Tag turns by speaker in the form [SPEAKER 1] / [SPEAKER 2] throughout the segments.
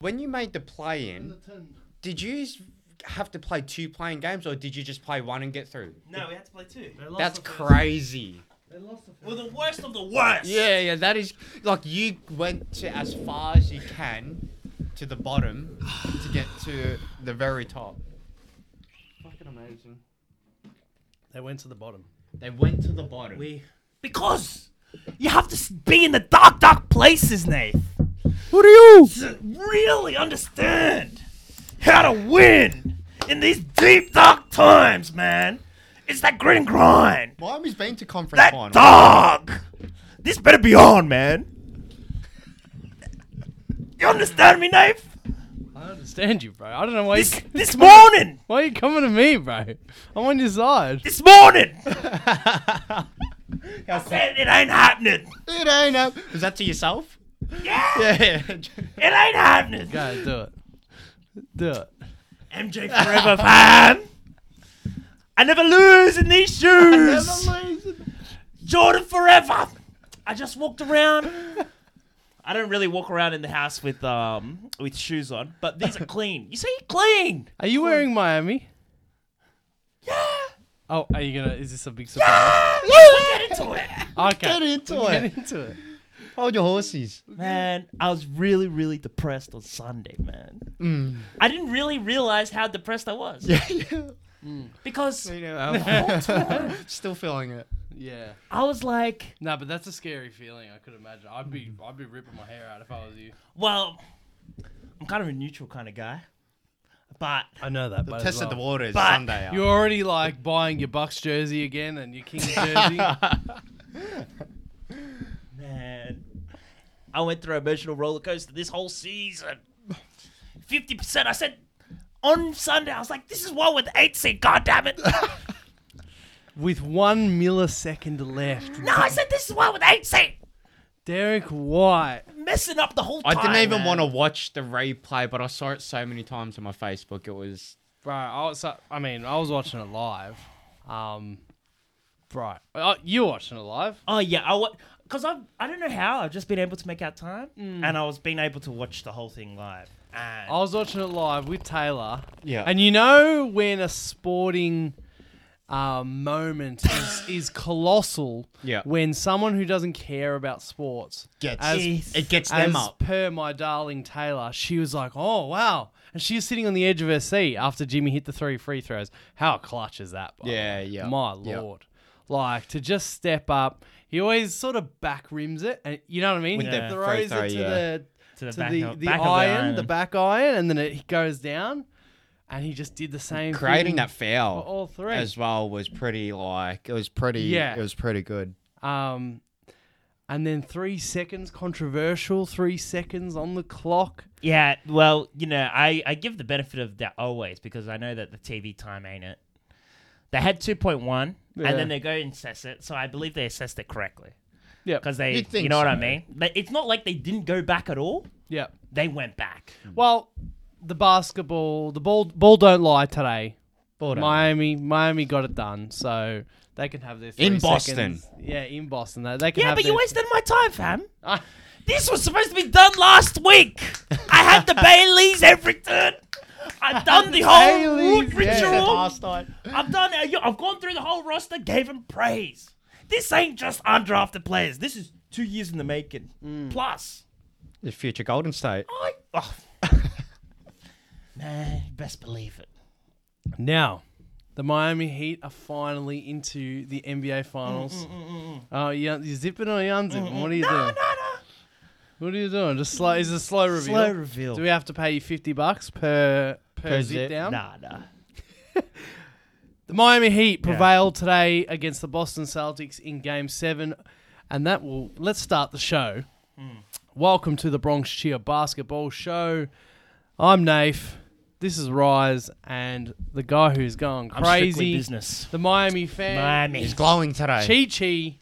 [SPEAKER 1] When you made the play in,
[SPEAKER 2] The tin.
[SPEAKER 1] did you s- have to play two playing games or did you just play one and get through?
[SPEAKER 3] No, we had to play two.
[SPEAKER 2] They lost
[SPEAKER 1] That's
[SPEAKER 2] the first-
[SPEAKER 1] crazy.
[SPEAKER 2] They lost the first.
[SPEAKER 3] We're the worst of the worst.
[SPEAKER 1] Yeah, yeah, that is like you went to as far as you can to the bottom to get to the very top. Fucking amazing.
[SPEAKER 2] They went to the bottom.
[SPEAKER 1] They went to the bottom.
[SPEAKER 2] We
[SPEAKER 3] Because you have to s- be in the dark, dark places, Nate.
[SPEAKER 4] What are you?
[SPEAKER 3] To really understand how to win in these deep, dark times, man. It's that grit and grind.
[SPEAKER 1] Miami's been to conference
[SPEAKER 3] That
[SPEAKER 1] final.
[SPEAKER 3] dog! This better be on, man. You understand me, Knife?
[SPEAKER 4] I understand you, bro. I don't know why. You,
[SPEAKER 3] This this morning,
[SPEAKER 4] why are you coming to me, bro? I'm on your side.
[SPEAKER 3] this morning,
[SPEAKER 1] How sad-
[SPEAKER 3] and it ain't happening.
[SPEAKER 1] it ain't up. Is that to yourself?
[SPEAKER 3] Yeah,
[SPEAKER 1] Yeah.
[SPEAKER 3] it ain't happening.
[SPEAKER 4] Guys, do it. Do it.
[SPEAKER 3] MJ forever fan. I never lose in these shoes. Jordan forever. I just walked around. I don't really walk around in the house with um with shoes on, but these are clean. You see, clean.
[SPEAKER 4] Are you wearing Miami? Yeah. Oh, are you gonna? Is this a big surprise?
[SPEAKER 3] Let's get into it.
[SPEAKER 4] Okay.
[SPEAKER 1] Get into
[SPEAKER 4] Get
[SPEAKER 1] it.
[SPEAKER 4] into it.
[SPEAKER 1] Hold your horses.
[SPEAKER 3] Man, I was really, really depressed on Sunday, man. I didn't really realize how depressed I was.
[SPEAKER 1] Yeah, yeah.
[SPEAKER 3] Because
[SPEAKER 1] You know, I'm still feeling it.
[SPEAKER 4] Yeah.
[SPEAKER 3] I was like,
[SPEAKER 4] Nah, but that's a scary feeling. I could imagine. I'd be, I'd be ripping my hair out if I was you.
[SPEAKER 3] well, I'm kind of a neutral kind of guy. But
[SPEAKER 4] I know that. But
[SPEAKER 1] Tested the waters
[SPEAKER 3] But
[SPEAKER 1] Sunday.
[SPEAKER 4] You're already like buying your Bucks jersey again and your Kings jersey.
[SPEAKER 3] man, I went through an emotional roller coaster this whole season. 50%. I said on Sunday, I was like, this is why we're the eight seed, goddammit.
[SPEAKER 4] With one millisecond left,
[SPEAKER 3] no, I said this is why we're the eight seed.
[SPEAKER 4] Derek White.
[SPEAKER 3] Messing up the whole
[SPEAKER 1] I
[SPEAKER 3] time.
[SPEAKER 1] didn't even
[SPEAKER 3] man.
[SPEAKER 1] want to watch the replay, but I saw it so many times on my Facebook. It was
[SPEAKER 4] Bro, I was, I mean, I was watching it live. Um, bro, uh, you watching it live?
[SPEAKER 3] Oh yeah, I because I I don't know how I've just been able to make out time, and I was being able to watch the whole thing live. And
[SPEAKER 4] I was watching it live with Taylor.
[SPEAKER 1] Yeah.
[SPEAKER 4] And you know when a sporting um, moment is, is colossal.
[SPEAKER 1] Yeah.
[SPEAKER 4] When someone who doesn't care about sports
[SPEAKER 1] gets
[SPEAKER 4] as
[SPEAKER 3] Jeez.
[SPEAKER 1] it gets
[SPEAKER 4] as
[SPEAKER 1] them up.
[SPEAKER 4] per my darling Taylor, she was like, "Oh wow," and she was sitting on the edge of her seat after Jimmy hit the three free throws. How clutch is that? by the
[SPEAKER 1] Yeah,
[SPEAKER 4] way?
[SPEAKER 1] yeah,
[SPEAKER 4] My
[SPEAKER 1] yeah.
[SPEAKER 4] lord, like to just step up. He always sort of back rims it, and you know what I mean.
[SPEAKER 1] With
[SPEAKER 4] he
[SPEAKER 1] the free
[SPEAKER 4] throws
[SPEAKER 1] throw,
[SPEAKER 4] it to
[SPEAKER 1] yeah.
[SPEAKER 4] the to the,
[SPEAKER 3] back
[SPEAKER 4] the,
[SPEAKER 3] of- back of the
[SPEAKER 4] iron,
[SPEAKER 3] iron.
[SPEAKER 4] the back iron, and then it goes down. And he just did the same.
[SPEAKER 1] Creating
[SPEAKER 4] thing
[SPEAKER 1] that
[SPEAKER 4] for
[SPEAKER 1] foul
[SPEAKER 4] all three.
[SPEAKER 1] as well was pretty like it was pretty
[SPEAKER 4] Yeah.
[SPEAKER 1] it was pretty good.
[SPEAKER 4] Um, and then three seconds controversial. Three seconds on the clock.
[SPEAKER 3] yeah, well, you know, I I give the benefit of that always because I know that the TV time ain't it. They had two point one,
[SPEAKER 4] Yeah.
[SPEAKER 3] and then they go and assess it. So I believe they assessed it correctly
[SPEAKER 4] Yep.
[SPEAKER 3] because they,
[SPEAKER 1] You'd think
[SPEAKER 3] you know what I
[SPEAKER 1] so.
[SPEAKER 3] mean. But it's not like they didn't go back at all.
[SPEAKER 4] Yep.
[SPEAKER 3] They went back.
[SPEAKER 4] Well, the basketball, the ball, ball don't lie today.
[SPEAKER 1] Ball don't
[SPEAKER 4] Miami, Miami got it done, so they can have their three
[SPEAKER 1] In Boston.
[SPEAKER 4] seconds. Yeah, in Boston, they, they can.
[SPEAKER 3] Yeah,
[SPEAKER 4] have
[SPEAKER 3] but
[SPEAKER 4] their-
[SPEAKER 3] you wasted my time, fam.
[SPEAKER 4] Ah,
[SPEAKER 3] This was supposed to be done last week. I had the Baileys every turn. I've done the whole root
[SPEAKER 4] Baileys, yeah.
[SPEAKER 3] ritual.
[SPEAKER 1] Last night.
[SPEAKER 3] I've done. uh, I've gone through the whole roster, gave him praise. This ain't just undrafted players. This is two years in the making.
[SPEAKER 1] Mm.
[SPEAKER 3] Plus,
[SPEAKER 1] The future Golden State.
[SPEAKER 3] I. Oh. Man, best believe it.
[SPEAKER 4] now, the Miami Heat are finally into the NBA Finals. Oh, you, you zipping or you unzipping? What are you
[SPEAKER 3] No, no,
[SPEAKER 4] doing?
[SPEAKER 3] no.
[SPEAKER 4] What are you doing? Just slow. Is it a slow reveal?
[SPEAKER 3] Slow reveal.
[SPEAKER 4] Do we have to pay you fifty bucks per per,
[SPEAKER 1] Per
[SPEAKER 4] zip,
[SPEAKER 1] zip?
[SPEAKER 4] down?
[SPEAKER 3] Nah, nah.
[SPEAKER 4] The Miami Heat prevailed today against the Boston Celtics in Game Seven, and that will let's start the show.
[SPEAKER 3] Hmm.
[SPEAKER 4] Welcome to the Bronx Cheer Basketball Show. I'm Naif. This is Rise, and the guy who's going
[SPEAKER 3] I'm strictly
[SPEAKER 4] crazy,
[SPEAKER 3] business.
[SPEAKER 4] the Miami fan,
[SPEAKER 3] Miami.
[SPEAKER 1] He's glowing today.
[SPEAKER 4] Chi Chi.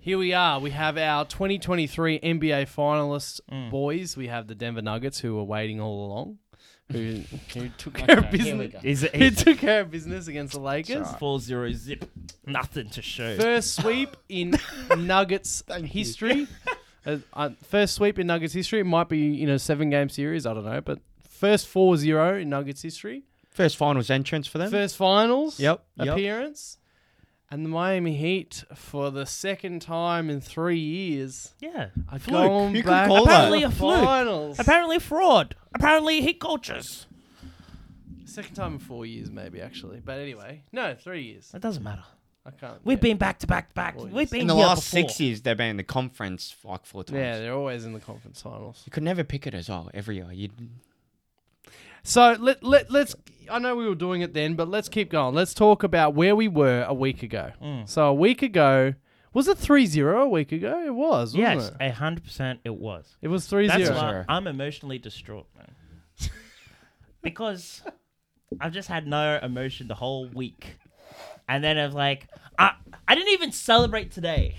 [SPEAKER 4] Here we are. We have our 2023 NBA finalists,
[SPEAKER 3] Hmm.
[SPEAKER 4] boys. We have the Denver Nuggets, who were waiting all along, who, who took care of business.
[SPEAKER 3] Is it?
[SPEAKER 4] Who
[SPEAKER 3] Is
[SPEAKER 4] took care of business against the Lakers.
[SPEAKER 3] Four zero zip. Nothing to show.
[SPEAKER 4] First sweep in Nuggets
[SPEAKER 1] Thank you.
[SPEAKER 4] history. Uh, uh, first sweep in Nuggets history. It might be in a seven game series. I don't know, but first 4-0 in Nuggets history.
[SPEAKER 1] First finals entrance for them.
[SPEAKER 4] First finals.
[SPEAKER 1] Yep, yep.
[SPEAKER 4] Appearance. And the Miami Heat for the second time in three years
[SPEAKER 3] Yeah.
[SPEAKER 4] are
[SPEAKER 3] Fluke.
[SPEAKER 4] going
[SPEAKER 1] You can
[SPEAKER 4] back
[SPEAKER 1] call
[SPEAKER 4] to
[SPEAKER 1] that.
[SPEAKER 4] the
[SPEAKER 3] Apparently a fluke.
[SPEAKER 4] finals.
[SPEAKER 3] Apparently fraud. Apparently hit cultures.
[SPEAKER 4] Second time in four years, maybe actually. But anyway, no, three years.
[SPEAKER 3] That doesn't matter.
[SPEAKER 4] I can't.
[SPEAKER 3] We've
[SPEAKER 4] yeah.
[SPEAKER 3] been back to back to back.
[SPEAKER 4] Well,
[SPEAKER 3] We've been
[SPEAKER 1] in the
[SPEAKER 3] here
[SPEAKER 1] last
[SPEAKER 3] before.
[SPEAKER 1] six years, they've been in the conference like four times.
[SPEAKER 4] Yeah, they're always in the conference finals.
[SPEAKER 1] You could never pick it as well every year. You'd,
[SPEAKER 4] So let let let's. I know we were doing it then, but let's keep going. Let's talk about where we were a week ago. So a week ago was it 3-0 a week ago? It was. Wasn't
[SPEAKER 3] Yes,
[SPEAKER 4] It?
[SPEAKER 3] a hundred percent. It was.
[SPEAKER 4] It was 3-0.
[SPEAKER 3] That's
[SPEAKER 1] zero.
[SPEAKER 3] why
[SPEAKER 1] Zero.
[SPEAKER 3] I'm emotionally distraught, man. because I've just had no emotion the whole week, and then I'm like, I I didn't even celebrate today.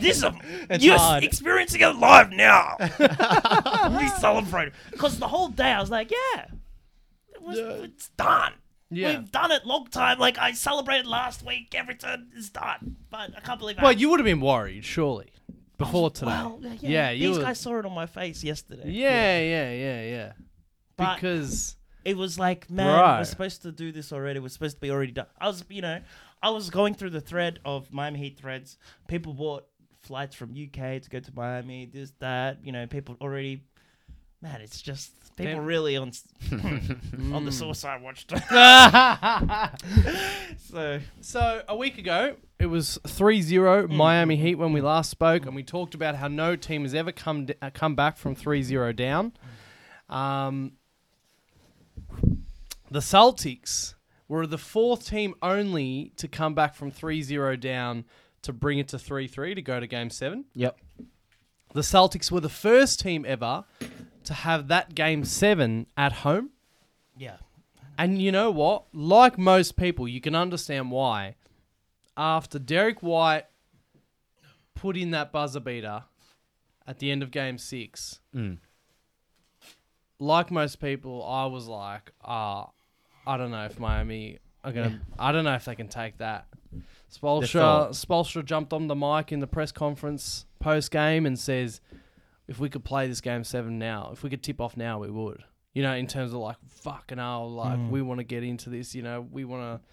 [SPEAKER 3] This is a, you're
[SPEAKER 1] hard.
[SPEAKER 3] experiencing it live now. we celebrate because the whole day I was like, yeah, it was, it's done.
[SPEAKER 4] Yeah.
[SPEAKER 3] We've done it long time. Like I celebrated last week. Everything is done, but I can't believe. I
[SPEAKER 4] Well, you would have been worried, surely, before today.
[SPEAKER 3] well, yeah,
[SPEAKER 4] Yeah, you
[SPEAKER 3] these
[SPEAKER 4] were-
[SPEAKER 3] guys saw it on my face yesterday.
[SPEAKER 4] yeah, yeah, yeah, yeah.
[SPEAKER 3] But-
[SPEAKER 4] Because
[SPEAKER 3] it was like, man,
[SPEAKER 4] Right.
[SPEAKER 3] we're supposed to do this already. We're supposed to be already done. I was, you know, I was going through the thread of Miami Heat threads. People bought flights from UK to go to Miami. This, that, you know, people already. Man, it's just people
[SPEAKER 4] Damn.
[SPEAKER 3] really on s- on the source I watched. so
[SPEAKER 4] So a week ago, it was 3-0 Miami Heat when we last spoke, and we talked about how no team has ever come d- uh, come back from 3-0 down. Um, the Celtics were the fourth team only to come back from 3-0 down to bring it to 3-3 to go to Game 7.
[SPEAKER 1] yep.
[SPEAKER 4] The Celtics were the first team ever to have that Game 7 at home.
[SPEAKER 3] yeah,
[SPEAKER 4] And you know what? Like most people, you can understand why. After Derek White put in that buzzer beater at the end of game six, like most people, I was like, ah, I don't know if Miami are going to, I don't know if they can take that. Spolstra,
[SPEAKER 1] thought.
[SPEAKER 4] Spolstra jumped on the mic in the press conference post game and says, if we could play this game seven now, if we could tip off now, we would. You know, in terms of like fucking hell, like we want to get into this. You know, we want to,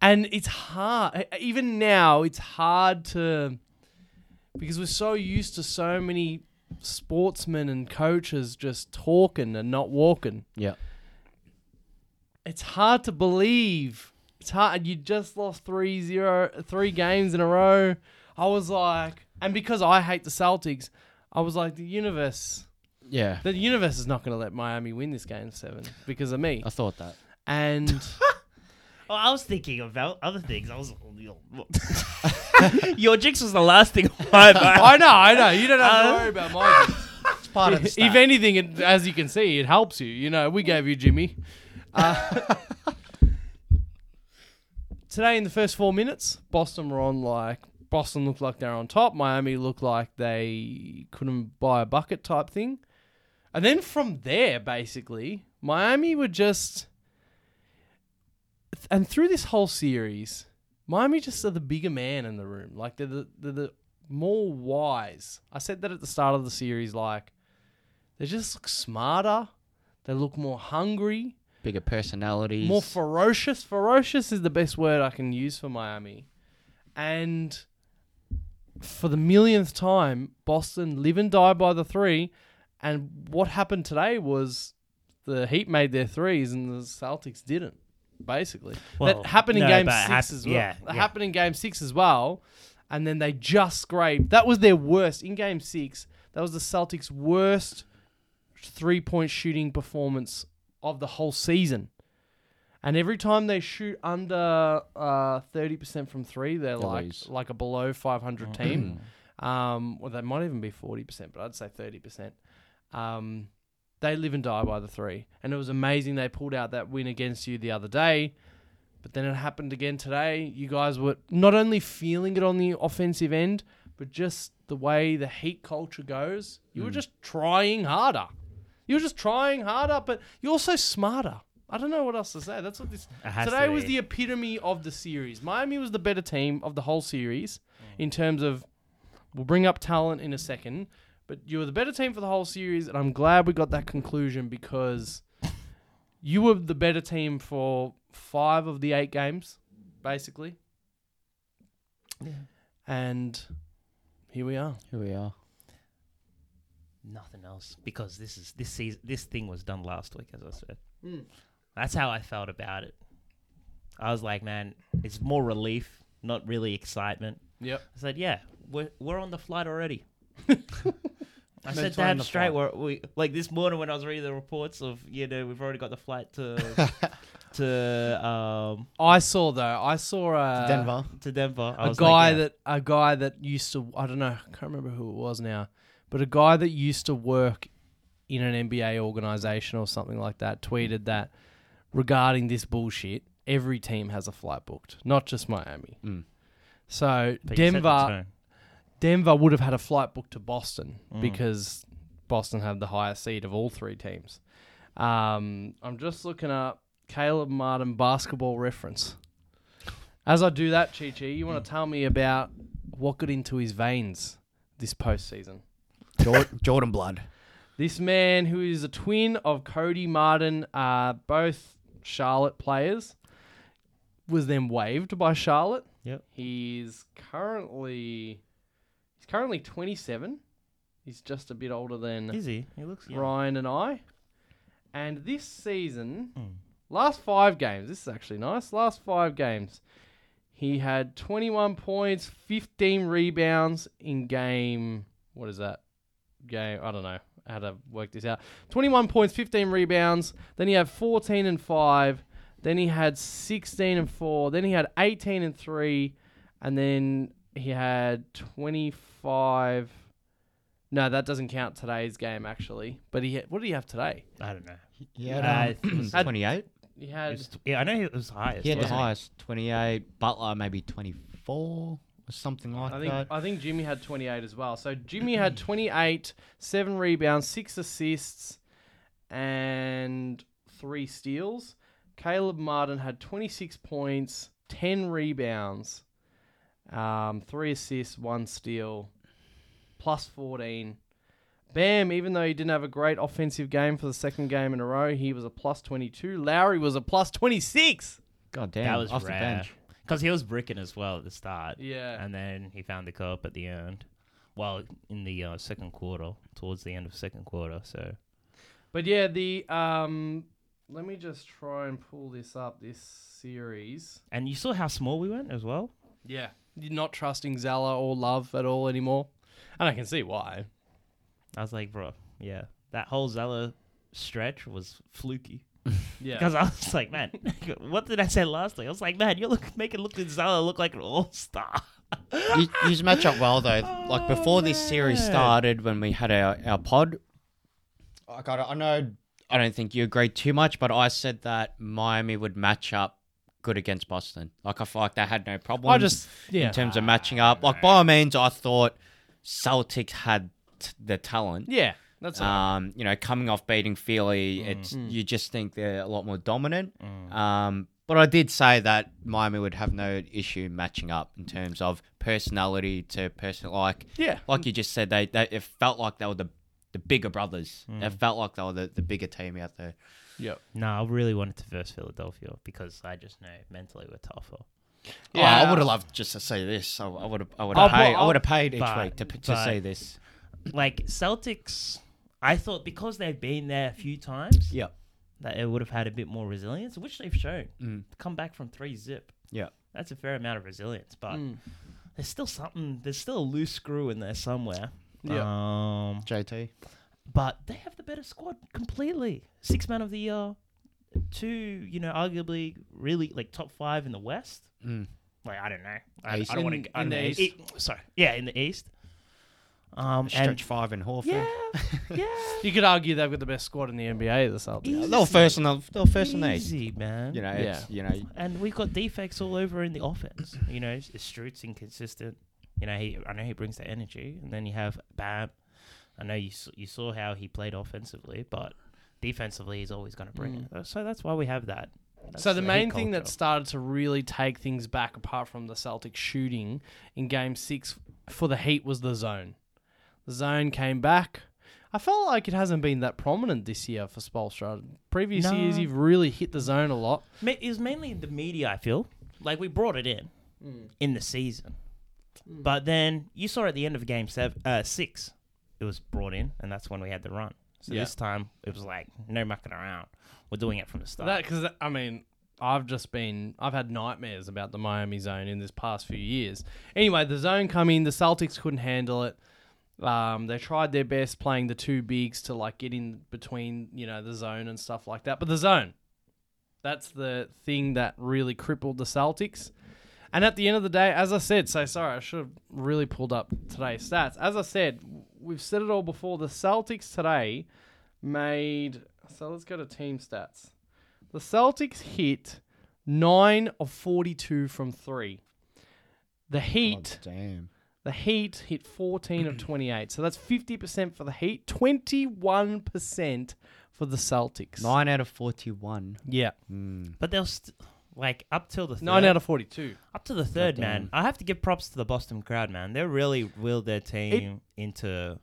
[SPEAKER 4] and it's hard. e-, Even now, it's hard to because we're so used to so many sportsmen and coaches just talking and not walking.
[SPEAKER 1] Yep.
[SPEAKER 4] It's hard to believe. It's hard. You just lost three zero, three games in a row. I was like, and because I hate the Celtics, I was like, the universe
[SPEAKER 1] Yeah.
[SPEAKER 4] the universe is not going to let Miami win this game seven because of me.
[SPEAKER 5] Uh,
[SPEAKER 1] I thought that.
[SPEAKER 4] And
[SPEAKER 3] Oh, I was thinking about other things. I was oh, your jinx was the last thing on my mind.
[SPEAKER 4] I know, I know. You don't have to worry about my.
[SPEAKER 1] Uh, It's part of the
[SPEAKER 4] if anything, it, as you can see, it helps you. You know, we gave you Jimmy. Uh, today, in the first four minutes, Boston were on like Boston looked like they're on top. Miami looked like they couldn't buy a bucket type thing. And then from there, basically, Miami were just. And through this whole series, Miami just are the bigger man in the room. Like, they're the, they're the more wise. I said that at the start of the series, like, they just look smarter. They look more hungry,
[SPEAKER 1] bigger personalities.
[SPEAKER 4] more ferocious. Ferocious is the best word I can use for Miami. And for the millionth time, Boston live and die by the three. And what happened today was the Heat made their threes and the Celtics didn't. Basically,
[SPEAKER 3] Well,
[SPEAKER 4] that happened in
[SPEAKER 3] no,
[SPEAKER 4] Game
[SPEAKER 3] but
[SPEAKER 4] Six
[SPEAKER 3] hap-
[SPEAKER 4] as well.
[SPEAKER 3] yeah,
[SPEAKER 4] that
[SPEAKER 3] yeah.
[SPEAKER 4] happened in Game Six as well, and then they just scraped. That was their worst in Game Six. That was the Celtics' worst three-point shooting performance of the whole season. And every time they shoot under uh, thirty percent from three, they're like
[SPEAKER 1] lose.
[SPEAKER 4] like a below five hundred team. Um, well, they might even be forty percent, but I'd say thirty percent. Um, they live and die by the three, and it was amazing they pulled out that win against you the other day. But then it happened again today. You guys were not only feeling it on the offensive end, but just the way the heat culture goes. You were
[SPEAKER 3] Hmm.
[SPEAKER 4] just trying harder. You were just trying harder, but you're also smarter. I don't know what else to say. That's what this
[SPEAKER 3] It has
[SPEAKER 4] today
[SPEAKER 3] to
[SPEAKER 4] was
[SPEAKER 3] be.
[SPEAKER 4] the epitome of the series. Miami was the
[SPEAKER 3] Hmm.
[SPEAKER 4] better team of the whole series in terms of we'll bring up talent in a second, But you were the better team for the whole series, and I'm glad we got that conclusion because you were the better team for five of the eight games, basically. And here we are.
[SPEAKER 5] Here we are.
[SPEAKER 3] Nothing else because this is this season. This thing was done last week, as I said. That's how I felt about it. I was like, man, it's more relief, not really excitement.
[SPEAKER 4] Yep.
[SPEAKER 3] I said, yeah, we're we're on the flight already. I
[SPEAKER 4] Mental
[SPEAKER 3] said,
[SPEAKER 4] on
[SPEAKER 3] damn
[SPEAKER 4] the
[SPEAKER 3] straight. We're, we like this morning when I was reading the reports of you know we've already got the flight to to um
[SPEAKER 4] I saw though. I saw a
[SPEAKER 5] Denver.
[SPEAKER 3] Uh, to Denver. I
[SPEAKER 4] a
[SPEAKER 3] was
[SPEAKER 4] guy
[SPEAKER 3] like, yeah.
[SPEAKER 4] that a guy that used to I don't know I can't remember who it was now, but a guy that used to work in an NBA organization or something like that tweeted that regarding this bullshit, every team has a flight booked, not just Miami.
[SPEAKER 1] Mm.
[SPEAKER 4] So
[SPEAKER 3] But you said the
[SPEAKER 4] Denver
[SPEAKER 3] tone.
[SPEAKER 4] Denver would have had a flight booked to Boston because Boston had the highest seed of all three teams. Um, I'm just looking up Caleb Martin basketball reference. As I do that, Chi Chi, you want to tell me about what got into his veins this postseason?
[SPEAKER 1] Jordan, Jordan Blood.
[SPEAKER 4] This man, who is a twin of Cody Martin, uh, both Charlotte players, was then waived by Charlotte.
[SPEAKER 3] Yep.
[SPEAKER 4] He's currently he's currently 27. He's just a bit older than
[SPEAKER 3] Is he? He looks young.
[SPEAKER 4] Ryan and I. And this season,
[SPEAKER 3] Hmm.
[SPEAKER 4] last five games, this is actually nice. Last five games, he had 21 points, 15 rebounds in game. What is that? Game, I don't know how to work this out. 21 points, 15 rebounds. Then he had 14 and 5. Then he had 16 and 4. Then he had 18 and 3. And then he had 25. No, that doesn't count today's game actually. But he what did he have today?
[SPEAKER 3] I don't know.
[SPEAKER 5] He
[SPEAKER 3] Yeah,
[SPEAKER 5] had,
[SPEAKER 3] it
[SPEAKER 5] um,
[SPEAKER 3] was-
[SPEAKER 5] 28.
[SPEAKER 4] He had
[SPEAKER 3] It's- yeah, I know he was highest.
[SPEAKER 5] He had the
[SPEAKER 3] wasn't
[SPEAKER 5] highest, 28. Butler maybe 24 or something like
[SPEAKER 4] I think
[SPEAKER 5] that.
[SPEAKER 4] I think Jimmy had 28 as well. So Jimmy had 28, 7 rebounds, 6 assists and 3 steals. Caleb Martin had 26 points, 10 rebounds, um, 3 assists, 1 steal, plus 14. Bam, even though he didn't have a great offensive game for the second game in a row, he was a plus 22. Lowry was a plus 26.
[SPEAKER 5] God
[SPEAKER 3] he?
[SPEAKER 5] damn.
[SPEAKER 3] That was
[SPEAKER 5] off the
[SPEAKER 3] rare.
[SPEAKER 5] bench.
[SPEAKER 3] Because he was bricking as well at the start.
[SPEAKER 4] Yeah.
[SPEAKER 3] And then he found the cup at the end. Well, in the uh, second quarter, towards the end of second quarter. So
[SPEAKER 4] But yeah, the um, let me just try and pull this up. This series,
[SPEAKER 3] And you saw how small we went as well?
[SPEAKER 4] yeah, you're not trusting Zella or Love at all anymore, and I can see why.
[SPEAKER 3] I was like, bro, yeah. That whole Zeller stretch was fluky.
[SPEAKER 4] Yeah,
[SPEAKER 3] Because I was like, man, what did I say last week? I was like, man, you're look, making look at Zeller look like an all star.
[SPEAKER 5] you, you match up well though. Like before this series
[SPEAKER 3] man.
[SPEAKER 5] started, when we had our, our pod, I got. I know. I don't think you agreed too much, but I said that Miami would match up good against Boston. Like I feel like they had no problem.
[SPEAKER 4] I just yeah,
[SPEAKER 5] in
[SPEAKER 3] Ah,
[SPEAKER 5] terms of matching up. Like by all means, I thought Celtics had t- the talent.
[SPEAKER 4] yeah, that's all.
[SPEAKER 5] Um, you know, coming off beating Philly, it's
[SPEAKER 3] Mm.
[SPEAKER 5] you just think they're a lot more dominant. Um, but I did say that Miami would have no issue matching up in terms of personality to person. Like,
[SPEAKER 4] yeah.
[SPEAKER 5] like you just said, they, they it felt like they were the the bigger brothers. It felt like they were the, the bigger team out there.
[SPEAKER 4] Yep.
[SPEAKER 3] No, I really wanted to verse Philadelphia because I just know mentally we're tougher.
[SPEAKER 5] Yeah,
[SPEAKER 4] Yeah.
[SPEAKER 5] I would have loved just to see this. I would have, I would
[SPEAKER 4] I'll
[SPEAKER 5] have
[SPEAKER 4] bu-
[SPEAKER 5] paid, I
[SPEAKER 4] I'll-
[SPEAKER 5] would have paid each
[SPEAKER 3] but-
[SPEAKER 5] week to p- to
[SPEAKER 3] but-
[SPEAKER 5] see this.
[SPEAKER 3] Like Celtics, I thought because they've been there a few times
[SPEAKER 5] Yeah,
[SPEAKER 3] that it would have had a bit more resilience, which they've shown.
[SPEAKER 5] Mm.
[SPEAKER 3] Come back from three zip.
[SPEAKER 5] yeah.
[SPEAKER 3] That's a fair amount of resilience, but
[SPEAKER 4] Mm.
[SPEAKER 3] there's still something. There's still a loose screw in there somewhere.
[SPEAKER 4] Yeah.
[SPEAKER 3] Um,
[SPEAKER 5] JT.
[SPEAKER 3] but they have the better squad completely. Six man of the year, two, you know, arguably really like top five in the West.
[SPEAKER 5] Mm.
[SPEAKER 3] Like I don't know. I,
[SPEAKER 5] East.
[SPEAKER 3] I don't want
[SPEAKER 4] In-
[SPEAKER 3] to.
[SPEAKER 4] in the East.
[SPEAKER 3] sorry. Yeah, in the East. Um, and
[SPEAKER 5] Stretch five and Horford.
[SPEAKER 3] yeah, yeah.
[SPEAKER 4] You could argue they've got the best squad in the NBA. The Celtics.
[SPEAKER 5] They were first in the they were first in the East.
[SPEAKER 3] Easy, man.
[SPEAKER 5] You know, it's, you know,
[SPEAKER 3] And we've got defects all over in the offense. You know, S- Stroot's inconsistent. You know, he I know he brings that energy, and then you have Bam. I know you s- you saw how he played offensively, but defensively he's always going to bring
[SPEAKER 4] Mm.
[SPEAKER 5] Hmm.
[SPEAKER 3] it. Uh, So that's why we have that.
[SPEAKER 4] So the
[SPEAKER 3] That's
[SPEAKER 4] main
[SPEAKER 3] hit
[SPEAKER 4] thing that
[SPEAKER 3] culture.
[SPEAKER 4] started to really take things back, apart from the Celtics shooting in Game Six for the Heat, was the zone. The zone came back. I felt like it hasn't been that prominent this year for Spolstra. Previous
[SPEAKER 3] No.
[SPEAKER 4] years, you've really hit the zone a lot.
[SPEAKER 3] Ma- It was mainly the media, I feel. Like, we brought it in
[SPEAKER 4] Hmm.
[SPEAKER 3] in the season. But then you saw at the end of game seven, uh, six, it was brought in, and that's when we had the run. So
[SPEAKER 4] Yeah.
[SPEAKER 3] this time, it was like, no mucking around. We're doing it from the start.
[SPEAKER 4] That because I mean, I've just been I've had nightmares about the Miami zone in this past few years. Anyway, the zone come in, the Celtics couldn't handle it. Um, they tried their best playing the two bigs to like get in between, you know, the zone and stuff like that. But the zone, that's the thing that really crippled the Celtics. And at the end of the day, as I said, so sorry, I should have really pulled up today's stats. As I said, we've said it all before. The Celtics today made so let's go to team stats. The Celtics hit nine of forty-two from three. The Heat,
[SPEAKER 5] Oh, Damn.
[SPEAKER 4] the Heat hit fourteen of twenty-eight. So that's fifty percent for the Heat, twenty-one percent for the Celtics.
[SPEAKER 5] Nine out of forty-one.
[SPEAKER 4] Yeah,
[SPEAKER 5] Hmm.
[SPEAKER 3] But they'll st- like up till the third,
[SPEAKER 4] nine out of forty-two.
[SPEAKER 3] up to the third man. I have to give props to the Boston crowd, man. They really willed their team into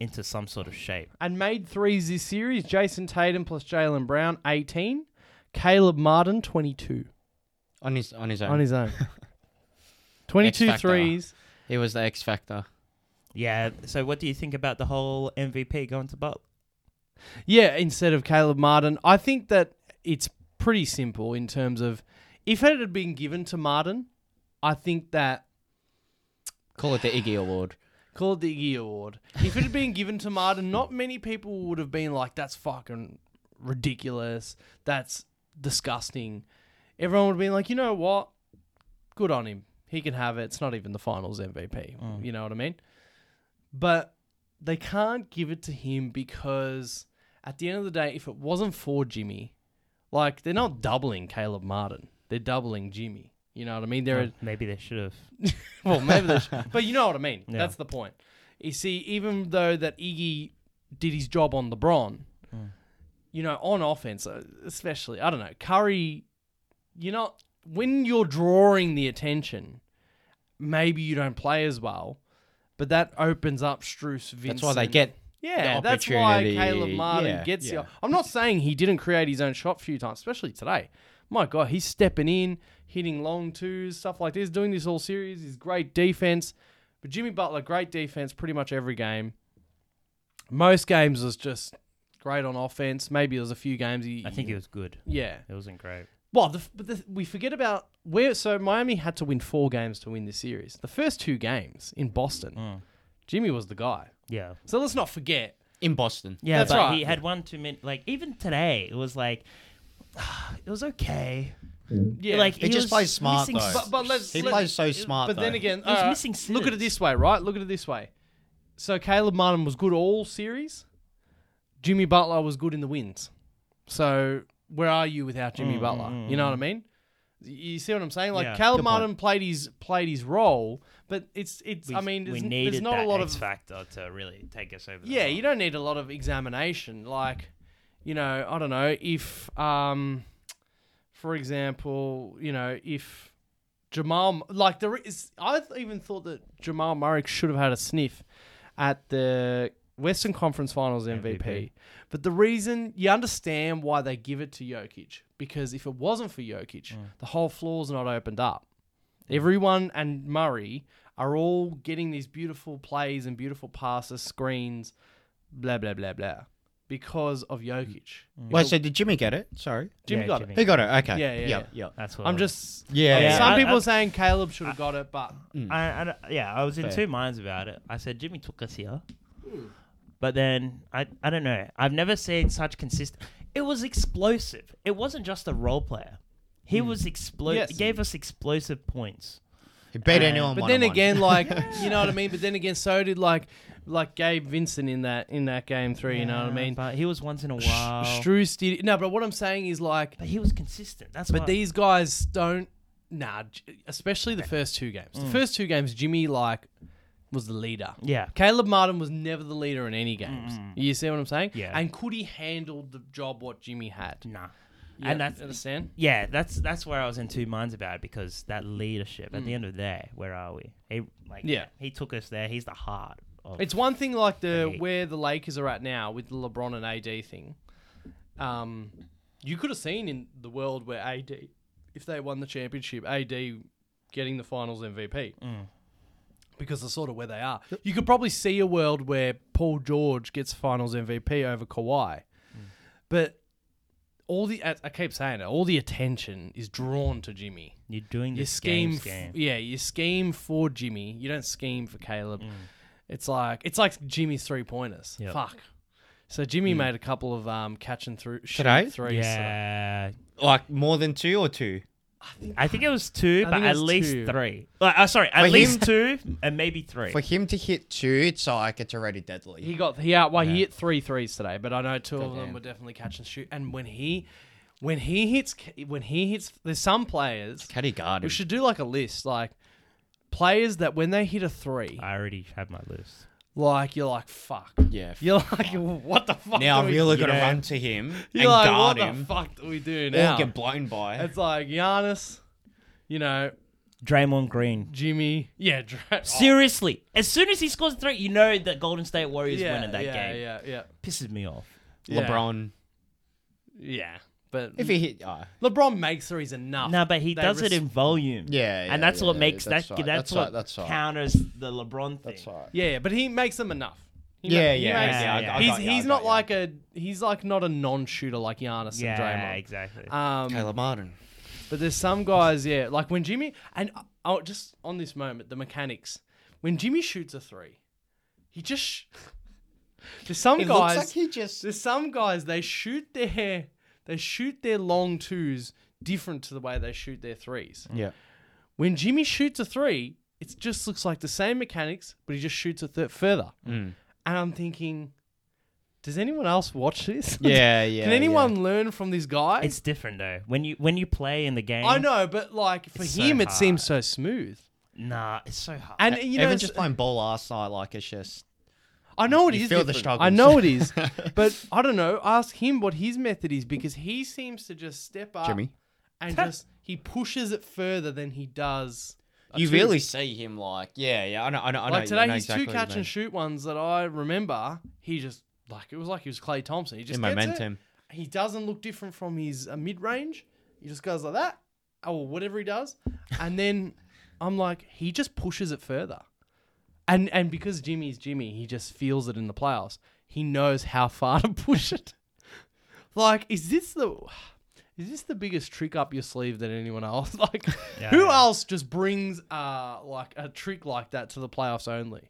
[SPEAKER 3] into some sort of shape.
[SPEAKER 4] And made threes this series. Jason Tatum plus Jalen Brown, eighteen. Caleb Martin, twenty-two
[SPEAKER 5] On his on his own.
[SPEAKER 4] on his own. 22
[SPEAKER 5] X-factor.
[SPEAKER 4] threes.
[SPEAKER 5] he was the X factor.
[SPEAKER 3] Yeah. So what do you think about the whole MVP going to Bob?
[SPEAKER 4] Yeah, instead of Caleb Martin. I think that it's pretty simple in terms of if it had been given to Martin, I think that
[SPEAKER 5] Call it the Iggy Award.
[SPEAKER 4] call it the Iggy Award. If it had been given to Martin, not many people would have been like, "That's fucking ridiculous. That's disgusting." Everyone would have been like, "You know what? Good on him. He can have it. It's not even the Finals MVP. You know what I mean?" But they can't give it to him because at the end of the day, if it wasn't for Jimmy, like they're not doubling Caleb Martin, they're doubling Jimmy. You know what I mean? They're
[SPEAKER 3] uh, Maybe they should have.
[SPEAKER 4] well, maybe they should. But you know what I mean.
[SPEAKER 3] Yeah.
[SPEAKER 4] That's the point. You see, even though that Iggy did his job on LeBron,
[SPEAKER 5] Hmm.
[SPEAKER 4] you know, on offense, uh, especially, I don't know, Curry, you're not, when you're drawing the attention, maybe you don't play as well, but that opens up Struce, Vincent.
[SPEAKER 5] That's why they get.
[SPEAKER 4] Yeah,
[SPEAKER 5] the
[SPEAKER 4] that's why
[SPEAKER 5] opportunity.
[SPEAKER 4] Caleb Martin
[SPEAKER 5] Yeah,
[SPEAKER 4] gets
[SPEAKER 5] yeah.
[SPEAKER 4] the. I'm not saying he didn't create his own shot a few times, especially today. My God, he's stepping in, hitting long twos, stuff like this, doing this all series. He's great defense. But Jimmy Butler, great defense pretty much every game. Most games was just great on offense. Maybe there was a few games he.
[SPEAKER 3] I think it was good.
[SPEAKER 4] Yeah.
[SPEAKER 3] It wasn't great.
[SPEAKER 4] Well, the, but the, we forget about where. So Miami had to win four games to win this series. The first two games in Boston, Jimmy was the guy.
[SPEAKER 3] Yeah.
[SPEAKER 4] So let's not forget.
[SPEAKER 5] In Boston.
[SPEAKER 3] Yeah,
[SPEAKER 4] That's
[SPEAKER 3] but
[SPEAKER 4] right.
[SPEAKER 3] he had one too many. Like even today, it was like it was okay.
[SPEAKER 4] Yeah.
[SPEAKER 3] Like
[SPEAKER 5] He just
[SPEAKER 3] was
[SPEAKER 5] plays smart,
[SPEAKER 3] missing
[SPEAKER 5] though.
[SPEAKER 3] s-
[SPEAKER 4] But, but let's,
[SPEAKER 5] He
[SPEAKER 4] let-
[SPEAKER 5] plays so smart.
[SPEAKER 4] But then
[SPEAKER 5] though.
[SPEAKER 4] again,
[SPEAKER 3] He was
[SPEAKER 4] alright,
[SPEAKER 3] missing
[SPEAKER 4] look at it
[SPEAKER 3] sitters.
[SPEAKER 4] this way, right? Look at it this way. So Caleb Martin was good all series. Jimmy Butler was good in the wins. So where are you without Jimmy Butler? You know what I mean? You see what I'm saying? Like
[SPEAKER 3] Mm, Yeah,
[SPEAKER 4] Caleb
[SPEAKER 5] good point.
[SPEAKER 4] Martin played his played his role, but it's it's. I
[SPEAKER 3] We-
[SPEAKER 4] mean,
[SPEAKER 3] we
[SPEAKER 4] there's,
[SPEAKER 3] needed
[SPEAKER 4] there's not
[SPEAKER 3] that
[SPEAKER 4] a lot
[SPEAKER 3] X
[SPEAKER 4] of
[SPEAKER 3] factor to really take us over. the
[SPEAKER 4] yeah,
[SPEAKER 3] hump.
[SPEAKER 4] you don't need a lot of examination. Like, you know, I don't know if, um, for example, you know, if Jamal, like there is, I th- even thought that Jamal Murray should have had a sniff at the Western Conference Finals MVP.
[SPEAKER 3] MVP.
[SPEAKER 4] But the reason you understand why they give it to Jokic because if it wasn't for Jokic,
[SPEAKER 3] Mm.
[SPEAKER 4] the whole floor's not opened up. Everyone and Murray are all getting these beautiful plays and beautiful passes, screens, blah blah blah blah, because of Jokic.
[SPEAKER 5] wait. So did Jimmy get it? Sorry.
[SPEAKER 4] Jimmy
[SPEAKER 3] Mm. Yeah,
[SPEAKER 4] got
[SPEAKER 3] Jimmy.
[SPEAKER 4] it.
[SPEAKER 5] He got it. Okay.
[SPEAKER 4] Yeah, yeah,
[SPEAKER 5] Yep,
[SPEAKER 4] yeah.
[SPEAKER 5] yep.
[SPEAKER 3] That's what
[SPEAKER 4] I'm
[SPEAKER 3] I-
[SPEAKER 4] just
[SPEAKER 5] Yeah.
[SPEAKER 4] like,
[SPEAKER 5] Yeah,
[SPEAKER 4] some
[SPEAKER 3] I-
[SPEAKER 4] people
[SPEAKER 3] I-
[SPEAKER 4] are saying Caleb should have got it, but
[SPEAKER 3] I, I don't- yeah, I was in
[SPEAKER 5] Fair.
[SPEAKER 3] two minds about it. I said Jimmy took us here, but then I I don't know. I've never seen such consistent. It was explosive. It wasn't just a role player. He was explosive.
[SPEAKER 4] Hmm. Yes.
[SPEAKER 3] He Gave us explosive points.
[SPEAKER 5] He beat
[SPEAKER 3] And-
[SPEAKER 5] anyone.
[SPEAKER 4] but
[SPEAKER 5] one
[SPEAKER 4] then
[SPEAKER 5] on one.
[SPEAKER 4] again, like you know what I mean. But then again, so did like like Gabe Vincent in that in that game three. you know what I
[SPEAKER 3] Yeah,
[SPEAKER 4] mean?
[SPEAKER 3] But he was once in a
[SPEAKER 4] Sh-
[SPEAKER 3] while.
[SPEAKER 4] Struess did no, but what I'm saying is like,
[SPEAKER 3] but he was consistent. That's
[SPEAKER 4] but
[SPEAKER 3] why.
[SPEAKER 4] these guys don't. Nah, J- especially the first two games.
[SPEAKER 3] Mm.
[SPEAKER 4] The first two games, Jimmy like was the leader.
[SPEAKER 3] yeah.
[SPEAKER 4] Caleb Martin was never the leader in any games. You see what I'm saying?
[SPEAKER 3] Mm. Yeah.
[SPEAKER 4] And could he handle the job what Jimmy had?
[SPEAKER 3] Nah.
[SPEAKER 4] You
[SPEAKER 3] And that's
[SPEAKER 4] understand.
[SPEAKER 3] yeah, that's that's where I was in two minds about it because that leadership. At the end of the day, where are we? He like
[SPEAKER 4] Mm. Yeah.
[SPEAKER 3] he took us there. He's the heart of
[SPEAKER 4] It's one thing like the
[SPEAKER 3] Hey.
[SPEAKER 4] where the Lakers are at now with the LeBron and AD thing. Um, you could have seen in the world where AD, if they won the championship, AD getting the Finals MVP because of sort of where they are. You could probably see a world where Paul George gets Finals MVP over Kawhi, but all the I I keep saying it, all the attention is drawn to Jimmy
[SPEAKER 3] you're doing
[SPEAKER 4] you
[SPEAKER 3] this
[SPEAKER 4] scheme,
[SPEAKER 3] game's
[SPEAKER 4] f-
[SPEAKER 3] game.
[SPEAKER 4] yeah, you scheme for Jimmy. You don't scheme for Caleb.
[SPEAKER 5] Mm.
[SPEAKER 4] It's like it's like Jimmy's three pointers.
[SPEAKER 3] Yep.
[SPEAKER 4] Fuck. So Jimmy
[SPEAKER 5] Mm.
[SPEAKER 4] made a couple of um catching through
[SPEAKER 5] I?
[SPEAKER 4] shooting threes.
[SPEAKER 3] yeah,
[SPEAKER 5] Like more than two or two.
[SPEAKER 3] I think it was two, but
[SPEAKER 4] I think it
[SPEAKER 3] at
[SPEAKER 4] was
[SPEAKER 3] least
[SPEAKER 4] two.
[SPEAKER 3] three. Like, uh, sorry, at
[SPEAKER 5] For
[SPEAKER 3] least two and maybe three.
[SPEAKER 5] For him to hit two, it's like it's already deadly.
[SPEAKER 4] He got he out. Well, he hit three threes today, but I know two of them
[SPEAKER 5] Goddamn.
[SPEAKER 4] were definitely catch and shoot. And when he, when he hits, ca- when he hits, there's some players.
[SPEAKER 5] Caddy guard
[SPEAKER 4] We
[SPEAKER 5] him.
[SPEAKER 4] should do like a list, like players that when they hit a three,
[SPEAKER 3] I already have my list.
[SPEAKER 4] like you're like fuck.
[SPEAKER 5] Yeah. f-
[SPEAKER 4] You're like what the fuck?
[SPEAKER 5] Now
[SPEAKER 4] do
[SPEAKER 5] I'm
[SPEAKER 4] we-
[SPEAKER 5] really gonna
[SPEAKER 3] Yeah.
[SPEAKER 5] run to him and
[SPEAKER 4] You're like,
[SPEAKER 5] guard
[SPEAKER 4] what the
[SPEAKER 5] him.
[SPEAKER 4] fuck do we do
[SPEAKER 5] Or
[SPEAKER 4] now?
[SPEAKER 5] get blown by.
[SPEAKER 4] It's like Giannis, you know,
[SPEAKER 3] Draymond Green.
[SPEAKER 4] Jimmy. Yeah, Dra- oh,
[SPEAKER 3] Seriously, as soon as he scores a three, you know that Golden State Warriors
[SPEAKER 4] yeah,
[SPEAKER 3] winning that
[SPEAKER 4] yeah,
[SPEAKER 3] game.
[SPEAKER 4] Yeah, yeah,
[SPEAKER 3] Pisses me off.
[SPEAKER 4] yeah.
[SPEAKER 5] LeBron.
[SPEAKER 4] Yeah, but
[SPEAKER 5] If he hit, oh,
[SPEAKER 4] LeBron makes threes enough.
[SPEAKER 3] No, but he
[SPEAKER 4] They
[SPEAKER 3] does it
[SPEAKER 4] res-
[SPEAKER 3] in volume.
[SPEAKER 5] Yeah, yeah,
[SPEAKER 3] and that's
[SPEAKER 5] yeah,
[SPEAKER 3] what
[SPEAKER 5] yeah,
[SPEAKER 3] makes
[SPEAKER 5] that's
[SPEAKER 3] that.
[SPEAKER 5] right,
[SPEAKER 3] That's
[SPEAKER 5] that's
[SPEAKER 3] what
[SPEAKER 5] right, that's right.
[SPEAKER 3] counters the LeBron thing.
[SPEAKER 5] that's all right.
[SPEAKER 4] yeah, yeah, but he makes them enough. He
[SPEAKER 5] Yeah,
[SPEAKER 4] he
[SPEAKER 5] yeah,
[SPEAKER 4] makes-
[SPEAKER 3] yeah, I- I got
[SPEAKER 4] He's
[SPEAKER 5] you, I
[SPEAKER 4] he's
[SPEAKER 5] got
[SPEAKER 4] not
[SPEAKER 5] you.
[SPEAKER 4] like a he's like not a non-shooter like Giannis
[SPEAKER 3] Yeah,
[SPEAKER 4] and
[SPEAKER 3] exactly.
[SPEAKER 4] Draymond. Um,
[SPEAKER 5] Caleb Martin.
[SPEAKER 4] But there's some guys, yeah, like when Jimmy and oh, just on this moment, the mechanics. When Jimmy shoots a three, he just sh- there's some
[SPEAKER 5] It
[SPEAKER 4] guys.
[SPEAKER 5] looks like he just.
[SPEAKER 4] There's some guys they shoot their they shoot their long twos different to the way they shoot their threes.
[SPEAKER 5] Yeah.
[SPEAKER 4] When Jimmy shoots a three, it just looks like the same mechanics, but he just shoots it th- further. And I'm thinking, does anyone else watch this?
[SPEAKER 5] Yeah, yeah. E-
[SPEAKER 4] Can anyone learn from this guy?
[SPEAKER 3] it's different though. When you when you play in the game,
[SPEAKER 4] I know, but like for
[SPEAKER 3] It's so
[SPEAKER 4] him, it
[SPEAKER 3] hard.
[SPEAKER 4] seems so smooth.
[SPEAKER 3] Nah, it's so hard.
[SPEAKER 4] And you know,
[SPEAKER 5] E- Even
[SPEAKER 4] it's-
[SPEAKER 5] just playing ball last night, like it's just.
[SPEAKER 4] I know it is.
[SPEAKER 5] You feel the
[SPEAKER 4] different.
[SPEAKER 5] struggles.
[SPEAKER 4] I know it is, but I don't know. Ask him what his method is because he seems to just step up.
[SPEAKER 5] Jimmy.
[SPEAKER 4] and just he pushes it further than he does. a
[SPEAKER 5] You
[SPEAKER 4] two.
[SPEAKER 5] really see him like, yeah, yeah. I know, I know, I know.
[SPEAKER 4] like
[SPEAKER 5] I
[SPEAKER 4] today,
[SPEAKER 5] know
[SPEAKER 4] his
[SPEAKER 5] exactly
[SPEAKER 4] two
[SPEAKER 5] what you
[SPEAKER 4] catch
[SPEAKER 5] mean.
[SPEAKER 4] and shoot ones that I remember, he just like it was like he was Clay Thompson. He just
[SPEAKER 5] In
[SPEAKER 4] gets it.
[SPEAKER 5] momentum.
[SPEAKER 4] He doesn't look different from his uh, mid range. He just goes like that, or whatever he does, and then I'm like, he just pushes it further. And and because Jimmy's Jimmy, he just feels it in the playoffs. He knows how far to push it. like, is this the is this the biggest trick up your sleeve than anyone else? like, who
[SPEAKER 3] Yeah.
[SPEAKER 4] else just brings uh like a trick like that to the playoffs only?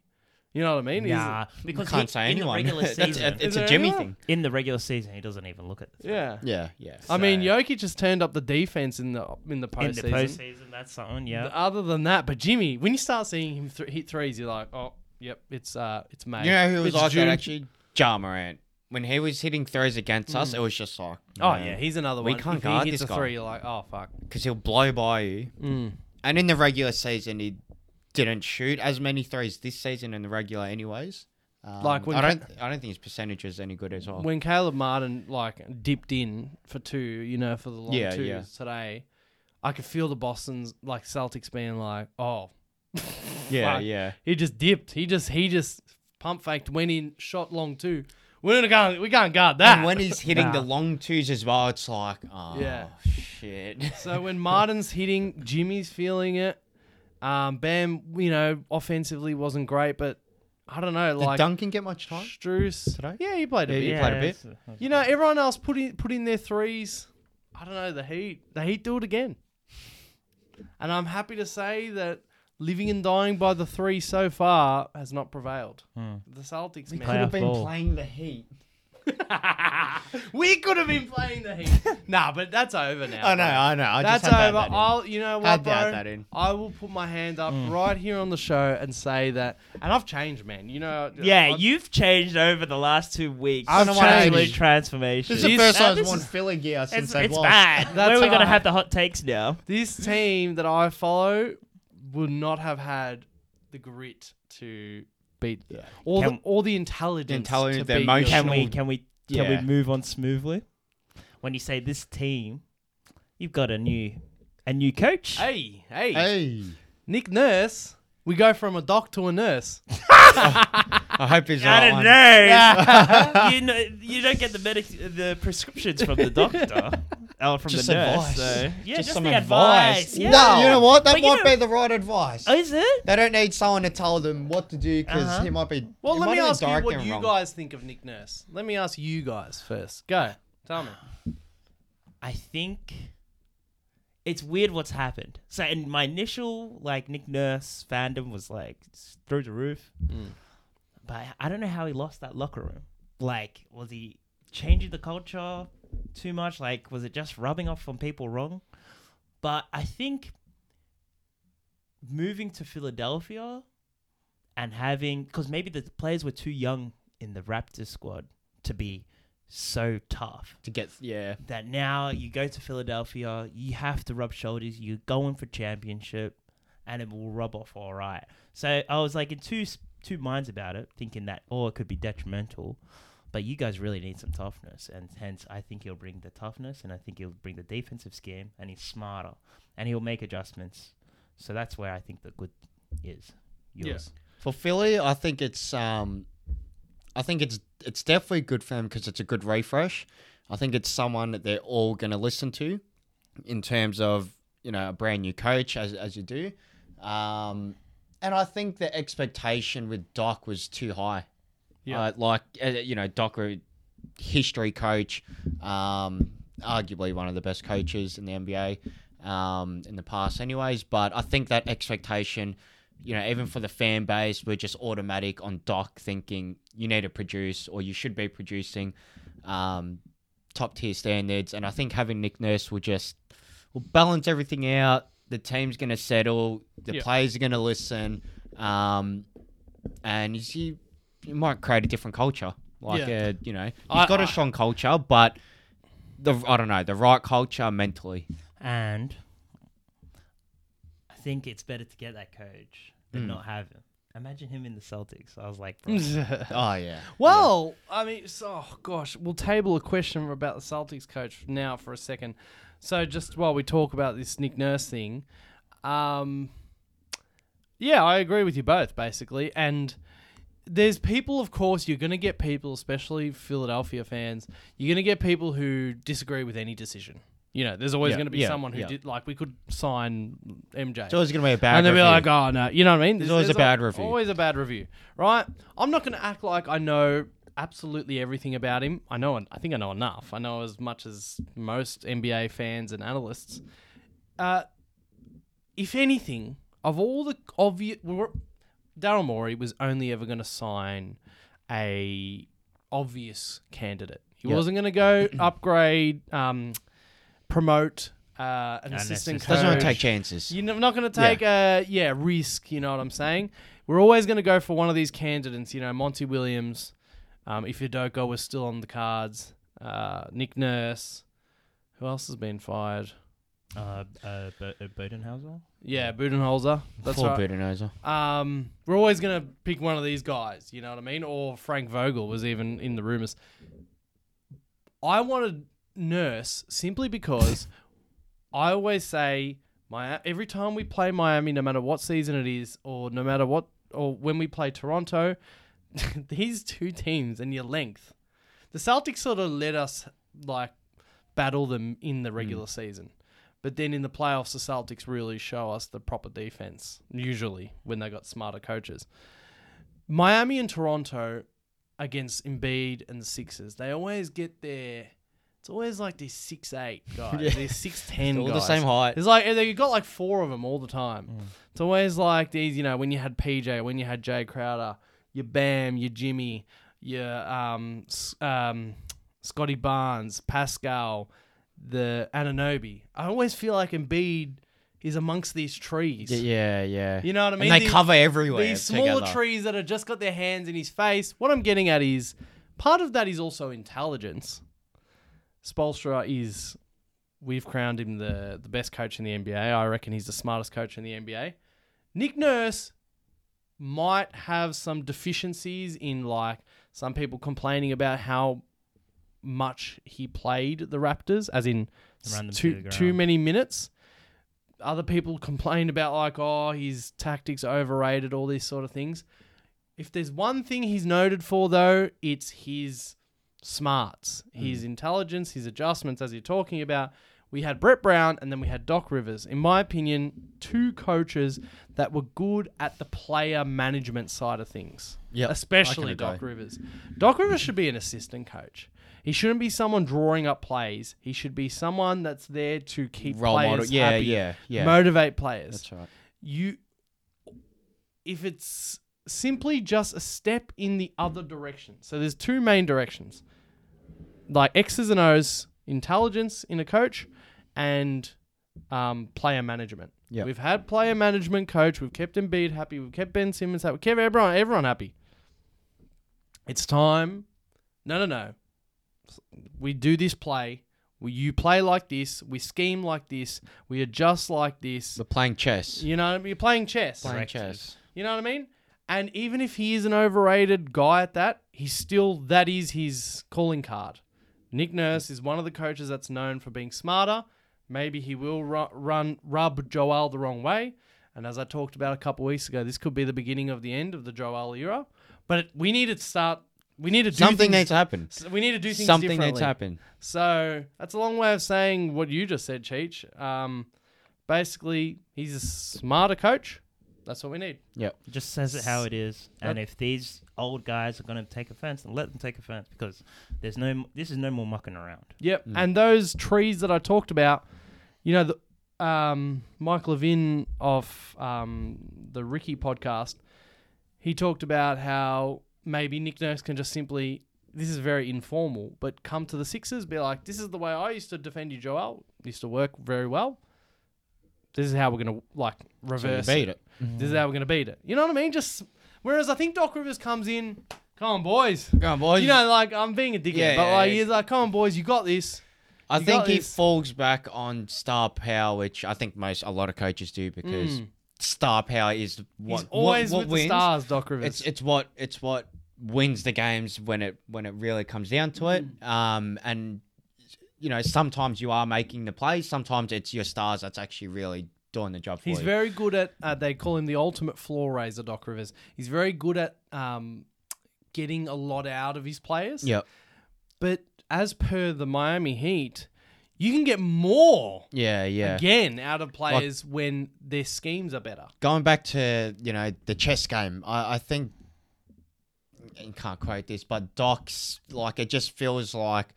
[SPEAKER 4] You know what I mean? Is-
[SPEAKER 3] nah, because
[SPEAKER 5] Can't
[SPEAKER 3] he-
[SPEAKER 5] say
[SPEAKER 3] in
[SPEAKER 5] anyone.
[SPEAKER 3] the regular
[SPEAKER 5] That's-
[SPEAKER 3] season,
[SPEAKER 5] it's
[SPEAKER 4] there
[SPEAKER 5] a Jimmy
[SPEAKER 4] anyone?
[SPEAKER 5] thing.
[SPEAKER 3] in the regular season, he doesn't even look at. The
[SPEAKER 4] yeah.
[SPEAKER 5] Yeah, yeah.
[SPEAKER 4] I mean,
[SPEAKER 3] So-
[SPEAKER 4] Jokic just turned up the defense in the in the
[SPEAKER 3] in the
[SPEAKER 4] postseason.
[SPEAKER 3] postseason, that's something. Yeah,
[SPEAKER 4] Other than that, but Jimmy, when you start seeing him th- hit threes, you're like, oh, yep, it's uh, it's May.
[SPEAKER 5] You know who was
[SPEAKER 4] It's
[SPEAKER 5] like
[SPEAKER 4] June.
[SPEAKER 5] that actually? Ja Morant. When he was hitting throws against us, it was just like,
[SPEAKER 4] Oh yeah, he's another
[SPEAKER 5] We
[SPEAKER 4] one.
[SPEAKER 5] can't
[SPEAKER 4] if
[SPEAKER 5] guard
[SPEAKER 4] he hits
[SPEAKER 5] this
[SPEAKER 4] a
[SPEAKER 5] guy.
[SPEAKER 4] three, you're like, oh fuck.
[SPEAKER 5] because he'll blow by you.
[SPEAKER 4] Hmm.
[SPEAKER 5] And in the regular season, he didn't shoot as many threes this season in the regular, anyways. Um,
[SPEAKER 4] Like when
[SPEAKER 5] I
[SPEAKER 4] Ca-
[SPEAKER 5] don't, I don't think his percentage is any good as well.
[SPEAKER 4] When Caleb Martin like dipped in for two, you know, for the long
[SPEAKER 5] Yeah,
[SPEAKER 4] twos
[SPEAKER 5] yeah.
[SPEAKER 4] today, I could feel the Boston's like Celtics being like, oh,
[SPEAKER 5] yeah,
[SPEAKER 4] fuck.
[SPEAKER 5] yeah.
[SPEAKER 4] he just dipped. He just he just pump faked, went in, shot long two. We're gonna go. We can't guard that.
[SPEAKER 5] And when he's hitting the long twos as well, it's like, oh
[SPEAKER 4] Yeah.
[SPEAKER 5] shit.
[SPEAKER 4] So when Martin's hitting, Jimmy's feeling it. Um, Bam, you know, offensively wasn't great, but I don't know,
[SPEAKER 5] Did
[SPEAKER 4] like
[SPEAKER 5] Duncan get much time?
[SPEAKER 4] Struess.
[SPEAKER 5] today?
[SPEAKER 4] Yeah, he played a
[SPEAKER 5] Yeah,
[SPEAKER 4] bit.
[SPEAKER 5] he played a bit.
[SPEAKER 3] it's-
[SPEAKER 4] You know, everyone else put in put in their threes. I don't know the Heat. The Heat do it again, and I'm happy to say that living and dying by the three so far has not prevailed.
[SPEAKER 5] Hmm.
[SPEAKER 4] The Celtics, man.
[SPEAKER 3] could have been Powerful.
[SPEAKER 5] playing the Heat.
[SPEAKER 4] we could have been playing the Heat. nah, but that's over now.
[SPEAKER 5] I know,
[SPEAKER 4] bro.
[SPEAKER 5] I know. I
[SPEAKER 4] That's
[SPEAKER 5] just had
[SPEAKER 4] over.
[SPEAKER 5] That in.
[SPEAKER 4] I'll, you know what,
[SPEAKER 5] Had
[SPEAKER 4] bro?
[SPEAKER 5] to add that in. Mm.
[SPEAKER 4] I will put my hand up right here on the show and say that. And I've changed, man. You know.
[SPEAKER 3] yeah,
[SPEAKER 4] I've-
[SPEAKER 3] you've changed over the last two weeks.
[SPEAKER 4] I've
[SPEAKER 3] Absolute
[SPEAKER 4] changed.
[SPEAKER 3] transformation.
[SPEAKER 5] This is the
[SPEAKER 4] This-
[SPEAKER 5] first
[SPEAKER 4] uh,
[SPEAKER 5] time I've
[SPEAKER 4] this
[SPEAKER 5] worn
[SPEAKER 4] is-
[SPEAKER 5] Philly gear since
[SPEAKER 3] it's
[SPEAKER 5] they've
[SPEAKER 3] it's
[SPEAKER 5] lost.
[SPEAKER 3] bad. Where are we gonna
[SPEAKER 4] right.
[SPEAKER 3] have the hot takes now?
[SPEAKER 4] This team that I follow would not have had the grit to beat
[SPEAKER 5] Yeah.
[SPEAKER 4] all
[SPEAKER 3] Can-
[SPEAKER 4] the all the intelligence,
[SPEAKER 5] The intelligence,
[SPEAKER 4] to
[SPEAKER 5] the
[SPEAKER 4] beat your-
[SPEAKER 5] emotion.
[SPEAKER 3] Can we can we can
[SPEAKER 5] Yeah.
[SPEAKER 3] we move on smoothly? When you say this team, you've got a new a new coach.
[SPEAKER 4] Hey, hey,
[SPEAKER 5] Hey,
[SPEAKER 4] Nick Nurse. We go from a doc to a nurse.
[SPEAKER 5] I hope he's
[SPEAKER 3] I
[SPEAKER 5] right
[SPEAKER 3] don't
[SPEAKER 5] one.
[SPEAKER 3] know. you know, you don't get the medic, the prescriptions from the doctor or from
[SPEAKER 5] Just
[SPEAKER 3] the nurse.
[SPEAKER 5] advice.
[SPEAKER 3] So yeah, just,
[SPEAKER 5] some
[SPEAKER 3] the advice.
[SPEAKER 5] advice.
[SPEAKER 3] Yeah.
[SPEAKER 1] No, you know what? That
[SPEAKER 3] But you
[SPEAKER 1] might
[SPEAKER 3] know-
[SPEAKER 1] be the right advice.
[SPEAKER 3] Oh, is it?
[SPEAKER 1] They don't need someone to tell them what to do because
[SPEAKER 3] Uh-huh.
[SPEAKER 1] he might be.
[SPEAKER 4] Well,
[SPEAKER 1] he
[SPEAKER 4] let
[SPEAKER 1] might
[SPEAKER 4] me
[SPEAKER 1] have been
[SPEAKER 4] ask you
[SPEAKER 1] dark
[SPEAKER 4] what
[SPEAKER 1] and
[SPEAKER 4] you
[SPEAKER 1] wrong.
[SPEAKER 4] guys think of Nick Nurse. Let me ask you guys first. Go. Tell me.
[SPEAKER 3] I think it's weird what's happened. So, and my initial like Nick Nurse fandom was like s- through the roof,
[SPEAKER 5] Mm.
[SPEAKER 3] but I don't know how he lost that locker room. Like, was he changing the culture too much? Like, was it just rubbing off on people wrong? But I think moving to Philadelphia and having because maybe the players were too young in the Raptors squad to be so tough
[SPEAKER 5] To get, yeah.
[SPEAKER 3] that now you go to Philadelphia, you have to rub shoulders, you're going for championship, and it will rub off all right. So I was like in two s- two minds about it, thinking that oh it could be detrimental, but you guys really need some toughness, and hence I think he'll bring the toughness, and I think he'll bring the defensive scheme, and he's smarter, and he'll make adjustments. So that's where I think the good is yours.
[SPEAKER 5] For Philly, I think it's um, I think it's it's definitely good for them because it's a good refresh. I think it's someone that they're all going to listen to, in terms of you know a brand new coach as as you do, um, and I think the expectation with Doc was too high.
[SPEAKER 4] Yeah.
[SPEAKER 5] Uh, like uh, you know Doc, a history coach, um, arguably one of the best coaches in the NBA um, in the past, anyways. But I think that expectation you know, even for the fan base, we're just automatic on Doc thinking you need to produce or you should be producing um, top tier standards. And I think having Nick Nurse will just will balance everything out. The team's going to settle. The
[SPEAKER 4] Yeah.
[SPEAKER 5] players are going to listen. Um, and you see, you might create a different culture. Like,
[SPEAKER 4] Yeah.
[SPEAKER 5] uh, you know, you've
[SPEAKER 4] I-
[SPEAKER 5] got a
[SPEAKER 4] I-
[SPEAKER 5] strong culture, but the I don't know, the right culture mentally.
[SPEAKER 3] And I think it's better to get that coach than not have him. Imagine him in the Celtics. I was like, bro,
[SPEAKER 4] Mm.
[SPEAKER 5] Oh, yeah.
[SPEAKER 4] Well, I mean, so- oh gosh, we'll table a question about the Celtics coach now for a second. So just while we talk about this Nick Nurse thing, um, yeah, I agree with you both basically. And there's people, of course, you're going to get people, especially Philadelphia fans, you're going to get people who disagree with any decision. You know, there's always
[SPEAKER 5] Yeah,
[SPEAKER 4] going to be
[SPEAKER 5] yeah,
[SPEAKER 4] someone who
[SPEAKER 5] yeah.
[SPEAKER 4] did like we could sign MJ
[SPEAKER 5] It's always going to be a bad
[SPEAKER 4] and they'll be
[SPEAKER 5] review.
[SPEAKER 4] like, "Oh no," you know what I mean?
[SPEAKER 5] There's always a bad review.
[SPEAKER 4] Always a bad review, right? I'm not going to act like I know absolutely everything about him. I know, I think I know enough. I know as much as most NBA fans and analysts. Uh, if anything, of all the obvious, Daryl Morey was only ever going to sign a obvious candidate. He wasn't going to go upgrade, um, promote uh, an assistant.
[SPEAKER 3] assistant.
[SPEAKER 5] Doesn't want
[SPEAKER 4] coach.
[SPEAKER 5] to take chances.
[SPEAKER 4] You're n- not going to take a yeah risk. You know what I'm saying? We're always going to go for one of these candidates. You know, Monty Williams, um, if Udoka was still on the cards, uh, Nick Nurse. Who else has been fired?
[SPEAKER 3] uh, uh, Bo- uh, Bodenhauser?
[SPEAKER 4] Yeah, Budenholzer. That's
[SPEAKER 5] Poor
[SPEAKER 4] right.
[SPEAKER 5] Budenholzer.
[SPEAKER 4] Um, we're always going to pick one of these guys, you know what I mean? Or Frank Vogel was even in the rumors. I wanted Nurse simply because I always say my every time we play Miami, no matter what season it is, or no matter what, or when we play Toronto, these two teams and your length, the Celtics sort of let us like battle them in the regular season. But then in the playoffs, the Celtics really show us the proper defense, usually when they got smarter coaches. Miami and Toronto against Embiid and the Sixers, they always get their. It's always like these six eight guys, these six ten
[SPEAKER 5] All
[SPEAKER 4] guys.
[SPEAKER 5] the same height. Mm.
[SPEAKER 4] It's like they got like four of them all the time. It's always like these, you know, when you had PJ, when you had Jay Crowder, your Bam, your Jimmy, your um, S- um, Scotty Barnes, Pascal, the Ananobi. I always feel like Embiid is amongst these trees.
[SPEAKER 5] Yeah, yeah.
[SPEAKER 4] You know what I mean?
[SPEAKER 5] And they
[SPEAKER 4] The-
[SPEAKER 5] cover everywhere.
[SPEAKER 4] These smaller
[SPEAKER 5] together.
[SPEAKER 4] trees that have just got their hands in his face. What I'm getting at is part of that is also intelligence. Spolstra is we've crowned him the, the best coach in the NBA. I reckon he's the smartest coach in the NBA. Nick Nurse might have some deficiencies in like some people complaining about how much he played the Raptors, as in s-
[SPEAKER 3] Ran them to
[SPEAKER 4] too
[SPEAKER 3] the
[SPEAKER 4] too
[SPEAKER 3] ground.
[SPEAKER 4] many minutes. Other people complain about like, oh, his tactics are overrated, all these sort of things. If there's one thing he's noted for, though, it's his smarts,
[SPEAKER 5] Mm.
[SPEAKER 4] his intelligence, his adjustments, as you're talking about. We had Brett Brown and then we had Doc Rivers. In my opinion, two coaches that were good at the player management side of things.
[SPEAKER 5] Yep, I can
[SPEAKER 4] Especially Doc
[SPEAKER 5] agree.
[SPEAKER 4] Rivers. Doc Rivers should be an assistant coach. He shouldn't be someone drawing up plays. He should be someone that's there to keep
[SPEAKER 5] Role
[SPEAKER 4] players
[SPEAKER 5] model. Yeah,
[SPEAKER 4] happy,
[SPEAKER 5] yeah, yeah.
[SPEAKER 4] motivate players.
[SPEAKER 5] That's right.
[SPEAKER 4] You if it's simply just a step in the other direction. So there's two main directions. Like X's and O's, intelligence in a coach and um, player management.
[SPEAKER 5] Yep.
[SPEAKER 4] We've had player management coach, we've kept Embiid happy, we've kept Ben Simmons happy, we've kept everyone everyone happy. It's time. No no no. We do this play. We, you play like this. We scheme like this. We adjust like this.
[SPEAKER 5] We're playing chess.
[SPEAKER 4] You know, you're playing chess.
[SPEAKER 5] Playing chess.
[SPEAKER 4] You know what I mean? And even if he is an overrated guy at that, he's still that is his calling card. Nick Nurse is one of the coaches that's known for being smarter. Maybe he will ru- run rub Joel the wrong way. And as I talked about a couple weeks ago, this could be the beginning of the end of the Joel era. But it, we need to start. We need to do
[SPEAKER 5] Something
[SPEAKER 4] things-
[SPEAKER 5] needs to happen.
[SPEAKER 4] We need to do things
[SPEAKER 5] Something
[SPEAKER 4] differently.
[SPEAKER 5] needs to happen.
[SPEAKER 4] So that's a long way of saying what you just said, Cheech. Um, basically, he's a smarter coach. That's what we need.
[SPEAKER 3] Just says it how it is. And
[SPEAKER 4] That-
[SPEAKER 3] if these old guys are going to take offense, then let them take offense because there's no. This is no more mucking around.
[SPEAKER 4] Yep.
[SPEAKER 5] Mm.
[SPEAKER 4] And those trees that I talked about, you know, the, um, Mike Levin of um, the Ricky podcast, he talked about how maybe Nick Nurse can just simply, this is very informal, but come to the Sixers, be like, this is the way I used to defend you, Joel. Used to work very well. This is how we're going to, like,
[SPEAKER 5] So you
[SPEAKER 4] reverse
[SPEAKER 5] beat it.
[SPEAKER 4] This is how we're going to beat it. You know what I mean? Just whereas I think Doc Rivers comes in, come on boys.
[SPEAKER 5] Come on, boys.
[SPEAKER 4] You know, like I'm being a dickhead,
[SPEAKER 5] Yeah,
[SPEAKER 4] but
[SPEAKER 5] yeah,
[SPEAKER 4] like
[SPEAKER 5] yeah.
[SPEAKER 4] he's like, come on boys, you got this.
[SPEAKER 5] I
[SPEAKER 4] You
[SPEAKER 5] think
[SPEAKER 4] got
[SPEAKER 5] he
[SPEAKER 4] this.
[SPEAKER 5] falls back on star power, which I think most a lot of coaches do because star power is what
[SPEAKER 4] Mm. He's always
[SPEAKER 5] what, what
[SPEAKER 4] with
[SPEAKER 5] wins.
[SPEAKER 4] the stars, Doc Rivers.
[SPEAKER 5] It's it's what it's what wins the games when it when it really comes down to it.
[SPEAKER 4] Mm.
[SPEAKER 5] Um, and you know sometimes you are making the plays. Sometimes it's your stars that's actually really doing the job for
[SPEAKER 4] he's
[SPEAKER 5] you.
[SPEAKER 4] very good at. Uh, they call him the ultimate floor raiser, Doc Rivers. He's very good at um, getting a lot out of his players.
[SPEAKER 5] Yep.
[SPEAKER 4] But as per the Miami Heat, you can get more
[SPEAKER 5] Yeah. Yeah.
[SPEAKER 4] again out of players when their schemes are better.
[SPEAKER 5] going back to you know the chess game, I, I think and can't quote this, but Doc's like it just feels like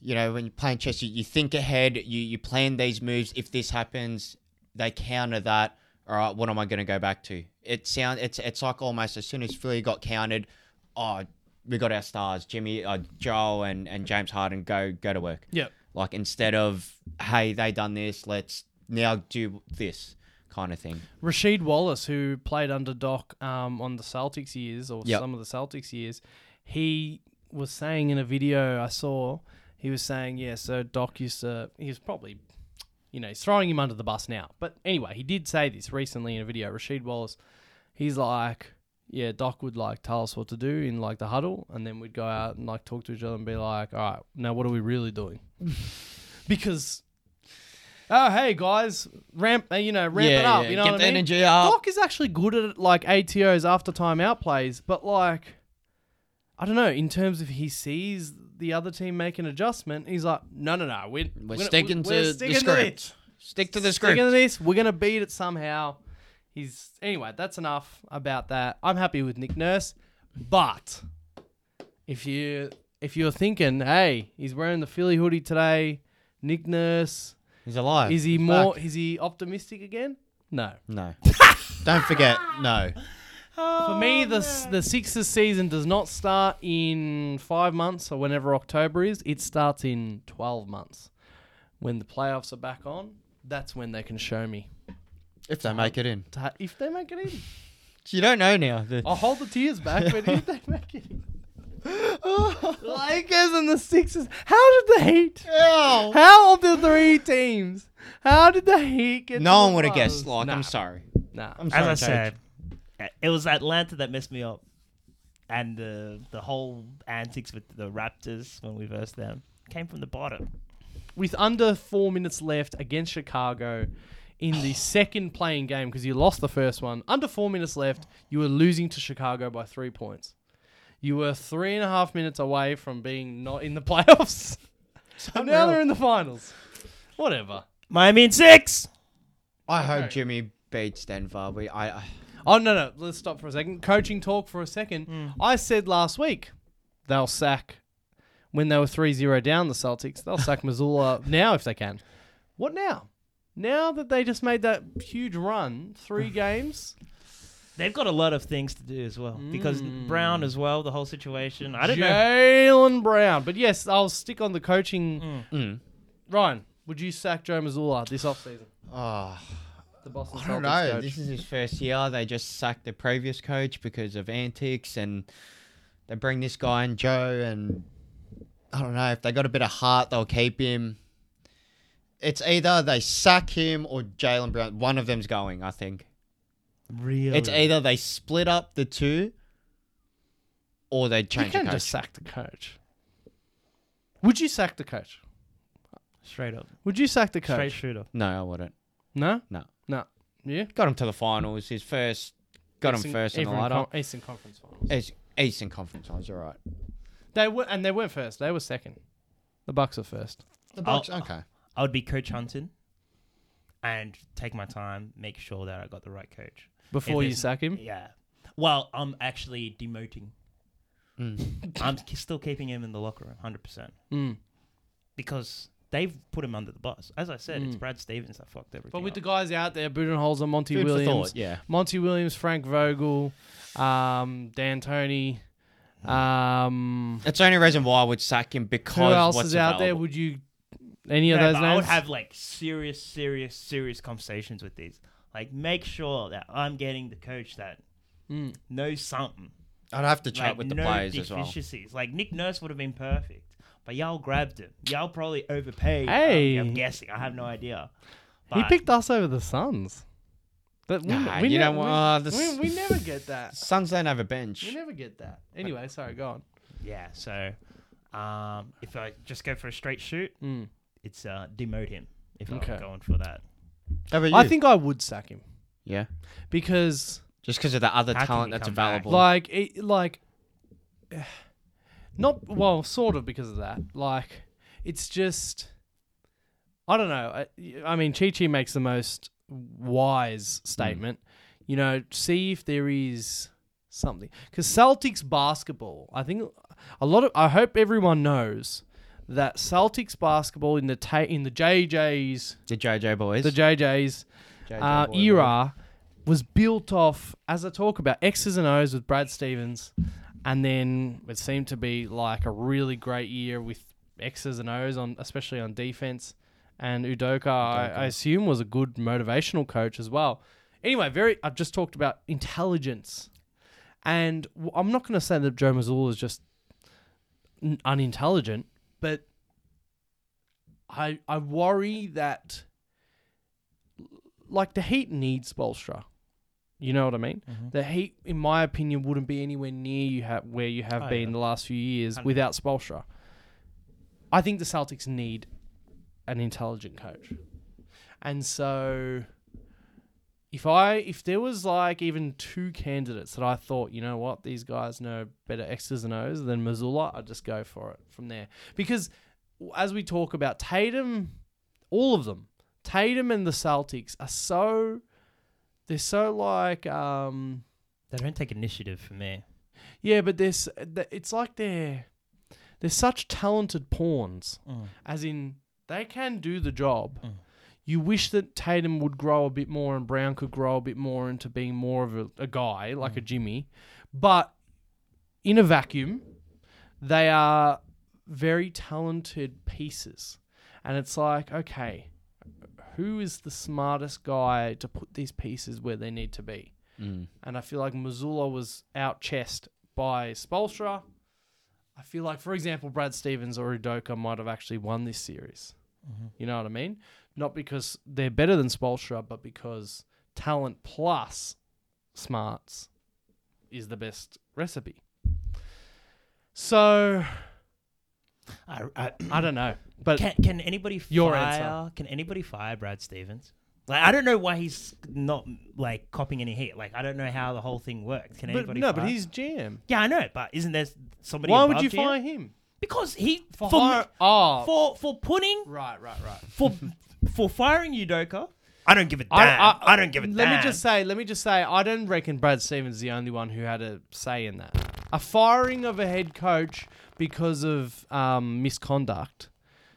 [SPEAKER 5] you know when you're playing chess, you, you think ahead, you you plan these moves. If this happens, they counter that. All right, what am I going to go back to? It sound it's it's like almost as soon as Philly got countered, oh we got our stars, Jimmy, uh, Joel, and and James Harden go go to work.
[SPEAKER 4] Yep.
[SPEAKER 5] Like instead of hey they done this, let's now do this kind of thing.
[SPEAKER 4] Rashid Wallace, who played under Doc um, on the Celtics years or
[SPEAKER 5] Yep.
[SPEAKER 4] some of the Celtics years, he was saying in a video I saw, he was saying, yeah, so Doc used to, he was probably, you know, he's throwing him under the bus now. But anyway, he did say this recently in a video. Rashid Wallace, he's like, yeah, Doc would like tell us what to do in like the huddle, and then we'd go out and like talk to each other and be like, all right, now what are we really doing? because. Oh hey guys, ramp uh, you know ramp it up. You know
[SPEAKER 5] get
[SPEAKER 4] what
[SPEAKER 5] the
[SPEAKER 4] I mean?
[SPEAKER 5] energy up.
[SPEAKER 4] Doc is actually good at like ATOs after timeout plays, but like I don't know, in terms of he sees the other team make an adjustment, he's like, no, no, no, we're,
[SPEAKER 5] We're,
[SPEAKER 4] gonna-
[SPEAKER 5] sticking
[SPEAKER 4] we're
[SPEAKER 5] to
[SPEAKER 4] sticking
[SPEAKER 5] the script.
[SPEAKER 4] this.
[SPEAKER 5] Stick to the script.
[SPEAKER 4] Sticking to this, we're gonna beat it somehow. He's anyway. That's enough about that. I'm happy with Nick Nurse, but if you if you're thinking, hey, he's wearing the Philly hoodie today, Nick Nurse,
[SPEAKER 5] He's alive.
[SPEAKER 4] is he
[SPEAKER 5] Uh, He's
[SPEAKER 4] more?
[SPEAKER 5] back.
[SPEAKER 4] Is he optimistic again? No.
[SPEAKER 5] No. Don't forget. No.
[SPEAKER 4] Oh. For me, the s the Sixers season does not start in five months or whenever October is. It starts in twelve months, when the playoffs are back on. That's when they can show me
[SPEAKER 5] If they make it in,
[SPEAKER 4] to ha- if they make it in.
[SPEAKER 5] you don't know now. The-
[SPEAKER 4] I'll hold the tears back, but if they make it in. Lakers and the Sixers. How did the Heat?
[SPEAKER 5] Ow.
[SPEAKER 4] How of the three teams? How did the Heat get?
[SPEAKER 5] No
[SPEAKER 4] to
[SPEAKER 5] one
[SPEAKER 4] the
[SPEAKER 5] would have guessed.
[SPEAKER 4] finals?
[SPEAKER 5] Like,
[SPEAKER 4] nah,
[SPEAKER 5] I'm sorry.
[SPEAKER 4] Nah.
[SPEAKER 5] I'm sorry.
[SPEAKER 3] As I
[SPEAKER 5] Jake.
[SPEAKER 3] said, a- it was Atlanta that messed me up, and the the whole antics with the Raptors when we versed them came from the bottom.
[SPEAKER 4] with under four minutes left against Chicago in the second playing game because you lost the first one. Under four minutes left, you were losing to Chicago by three points. You were three and a half minutes away from being not in the playoffs. and now they're in the finals. Whatever.
[SPEAKER 3] Miami in six.
[SPEAKER 5] I hope Jimmy beats Denver. We, I, I
[SPEAKER 4] Oh no no, let's stop for a second. Coaching talk for a second.
[SPEAKER 3] Mm.
[SPEAKER 4] I said last week they'll sack when they were 3-0 down the Celtics. They'll sack Missoula now if they can. What now? Now that they just made that huge run, three games.
[SPEAKER 3] They've got a lot of things to do as well because
[SPEAKER 4] Mm.
[SPEAKER 3] Brown as well. The whole situation. I don't know.
[SPEAKER 4] Jalen Brown. But yes, I'll stick on the coaching.
[SPEAKER 5] Mm.
[SPEAKER 4] Ryan, would you sack Joe Missoula this offseason?
[SPEAKER 5] oh,
[SPEAKER 4] The Boston
[SPEAKER 5] I don't
[SPEAKER 4] Celtics
[SPEAKER 5] know.
[SPEAKER 4] coach.
[SPEAKER 5] This is his first year. They just sacked the previous coach because of antics, and they bring this guy in Joe. And I don't know if they got a bit of heart, they'll keep him. It's either they sack him or Jalen Brown. One of them's going, I think.
[SPEAKER 3] Really,
[SPEAKER 5] It's either they split up the two, or they
[SPEAKER 4] you
[SPEAKER 5] change the
[SPEAKER 4] can
[SPEAKER 5] coach.
[SPEAKER 4] just sack the coach. Would you sack the coach?
[SPEAKER 3] straight up,
[SPEAKER 4] Would you sack the
[SPEAKER 3] straight
[SPEAKER 4] coach?
[SPEAKER 3] shooter.
[SPEAKER 5] no, I wouldn't.
[SPEAKER 4] No?
[SPEAKER 5] No.
[SPEAKER 4] No. Yeah?
[SPEAKER 5] Got him to the finals. His first. Got him first in the
[SPEAKER 4] Eastern
[SPEAKER 5] ladder.
[SPEAKER 4] Con- Eastern Conference Finals.
[SPEAKER 5] It's Eastern Conference. I was all right.
[SPEAKER 4] They were, and they weren't first. They were second. The Bucks are first.
[SPEAKER 5] The
[SPEAKER 3] Bucks-
[SPEAKER 5] okay.
[SPEAKER 3] I would be coach hunting, and take my time, make sure that I got the right coach.
[SPEAKER 4] Before
[SPEAKER 3] If
[SPEAKER 4] you
[SPEAKER 3] it's-
[SPEAKER 4] sack him,
[SPEAKER 3] Yeah. Well, I'm actually demoting. I'm k- still keeping him in the locker room, hundred percent,
[SPEAKER 5] Hmm.
[SPEAKER 4] mm.
[SPEAKER 3] because they've put him under the bus. As I said, it's Brad Stevens that fucked everything.
[SPEAKER 4] Mm. but with the
[SPEAKER 3] up.
[SPEAKER 4] guys out there, Budenholzer, Monty
[SPEAKER 5] Food for
[SPEAKER 4] Williams,
[SPEAKER 5] thought. Yeah.
[SPEAKER 4] Monty Williams, Frank Vogel, um, Dan Tony, um,
[SPEAKER 5] That's the only reason why I would sack him
[SPEAKER 4] who
[SPEAKER 5] because
[SPEAKER 4] else
[SPEAKER 5] what's
[SPEAKER 4] is out there?
[SPEAKER 5] available.
[SPEAKER 4] Would you any of
[SPEAKER 3] No,
[SPEAKER 4] those
[SPEAKER 3] but
[SPEAKER 4] names?
[SPEAKER 3] I would have like serious, serious, serious conversations with these. Like, make sure that I'm getting the coach that
[SPEAKER 4] Mm.
[SPEAKER 3] knows something.
[SPEAKER 5] I'd have to Hmm. chat
[SPEAKER 3] like,
[SPEAKER 5] with the
[SPEAKER 3] no
[SPEAKER 5] players as well.
[SPEAKER 3] deficiencies. Like Nick Nurse would have been perfect, but y'all grabbed him. Y'all probably overpaid. I'm-
[SPEAKER 4] Hey.
[SPEAKER 3] I'm, guessing. I have no idea.
[SPEAKER 4] he
[SPEAKER 3] But-
[SPEAKER 4] picked us over the Suns. That we,
[SPEAKER 5] uh, Nah,
[SPEAKER 4] we
[SPEAKER 5] you
[SPEAKER 4] ne-
[SPEAKER 5] don't want-
[SPEAKER 4] we-
[SPEAKER 5] uh, this-
[SPEAKER 4] we, we never get that.
[SPEAKER 5] Suns don't have a bench.
[SPEAKER 4] We never get that. Anyway, sorry, go on.
[SPEAKER 3] Yeah. So, um, if I just go for a straight shoot,
[SPEAKER 5] Hmm.
[SPEAKER 4] Mm.
[SPEAKER 3] it's uh, demote him. If
[SPEAKER 4] Okay.
[SPEAKER 3] I'm going for that,
[SPEAKER 5] How about
[SPEAKER 4] I
[SPEAKER 5] you?
[SPEAKER 4] think I would sack him
[SPEAKER 5] Yeah.
[SPEAKER 4] because
[SPEAKER 5] Just because of the other
[SPEAKER 3] How can
[SPEAKER 5] talent
[SPEAKER 3] he
[SPEAKER 5] that's
[SPEAKER 3] come back?
[SPEAKER 5] available.
[SPEAKER 4] like it, like not well sort of because of that like it's just i don't know i, I mean chi chi makes the most wise statement you know see if there is something because celtics basketball i think a lot of i hope everyone knows that celtics basketball in the ta- in the jj's
[SPEAKER 5] the JJ boys.
[SPEAKER 4] the jj's
[SPEAKER 5] JJ
[SPEAKER 4] uh,
[SPEAKER 5] boy
[SPEAKER 4] era was built off, as I talk about, X's and O's with Brad Stevens, and then it seemed to be like a really great year with X's and O's on, especially on defense. And Udoka, I, I assume, was a good motivational coach as well. Anyway, very. I've just talked about intelligence, and w- I'm not going to say that Joe Mazzulla is just n- unintelligent, but I I worry that like the Heat needs Bolstra. You know what I mean?
[SPEAKER 3] Mm-hmm.
[SPEAKER 4] The Heat, in my opinion, wouldn't be anywhere near you ha- where you have
[SPEAKER 3] Oh,
[SPEAKER 4] been
[SPEAKER 3] yeah.
[SPEAKER 4] the last few years without Spolstra. I think the Celtics need an intelligent coach, and so if I if there was like even two candidates that I thought, you know what, these guys know better X's and O's than Missoula, I'd just go for it from there. Because as we talk about Tatum, all of them, Tatum and the Celtics are so they're so like um
[SPEAKER 3] they don't take initiative for me.
[SPEAKER 4] yeah, but there's it's like they're they're such talented pawns,
[SPEAKER 3] Mm.
[SPEAKER 4] as in they can do the job. You wish that Tatum would grow a bit more and Brown could grow a bit more into being more of a, a guy like a Jimmy, but in a vacuum, they are very talented pieces, and it's like okay, who is the smartest guy to put these pieces where they need to be?
[SPEAKER 5] Mm.
[SPEAKER 4] and I feel like Missoula was out chessed by Spolstra. I feel like, for example, Brad Stevens or Udoka might have actually won this series.
[SPEAKER 3] Mm-hmm.
[SPEAKER 4] You know what I mean? Not because they're better than Spolstra, but because talent plus smarts is the best recipe. So
[SPEAKER 3] I, I,
[SPEAKER 4] I don't know, but
[SPEAKER 3] can, can anybody fire?
[SPEAKER 4] Uh, Your
[SPEAKER 3] Can anybody fire Brad Stevens? Like I don't know why he's not like copying any heat. Like I don't know how the whole thing worked. Can
[SPEAKER 4] But
[SPEAKER 3] anybody?
[SPEAKER 4] no, but
[SPEAKER 3] fire-
[SPEAKER 4] he's GM.
[SPEAKER 3] yeah, I know. But isn't there somebody?
[SPEAKER 4] Why
[SPEAKER 3] above
[SPEAKER 4] would you
[SPEAKER 3] GM?
[SPEAKER 4] fire him?
[SPEAKER 3] Because he for
[SPEAKER 4] For hire- oh.
[SPEAKER 3] for for putting
[SPEAKER 4] Right, right, right.
[SPEAKER 3] for for firing Udoka. I don't give a damn.
[SPEAKER 4] I-
[SPEAKER 3] I,
[SPEAKER 4] I-
[SPEAKER 3] don't give a
[SPEAKER 4] Let
[SPEAKER 3] damn.
[SPEAKER 4] me just say, let me just say, I don't reckon Brad Stevens is the only one who had a say in that. A firing of a head coach because of um, misconduct,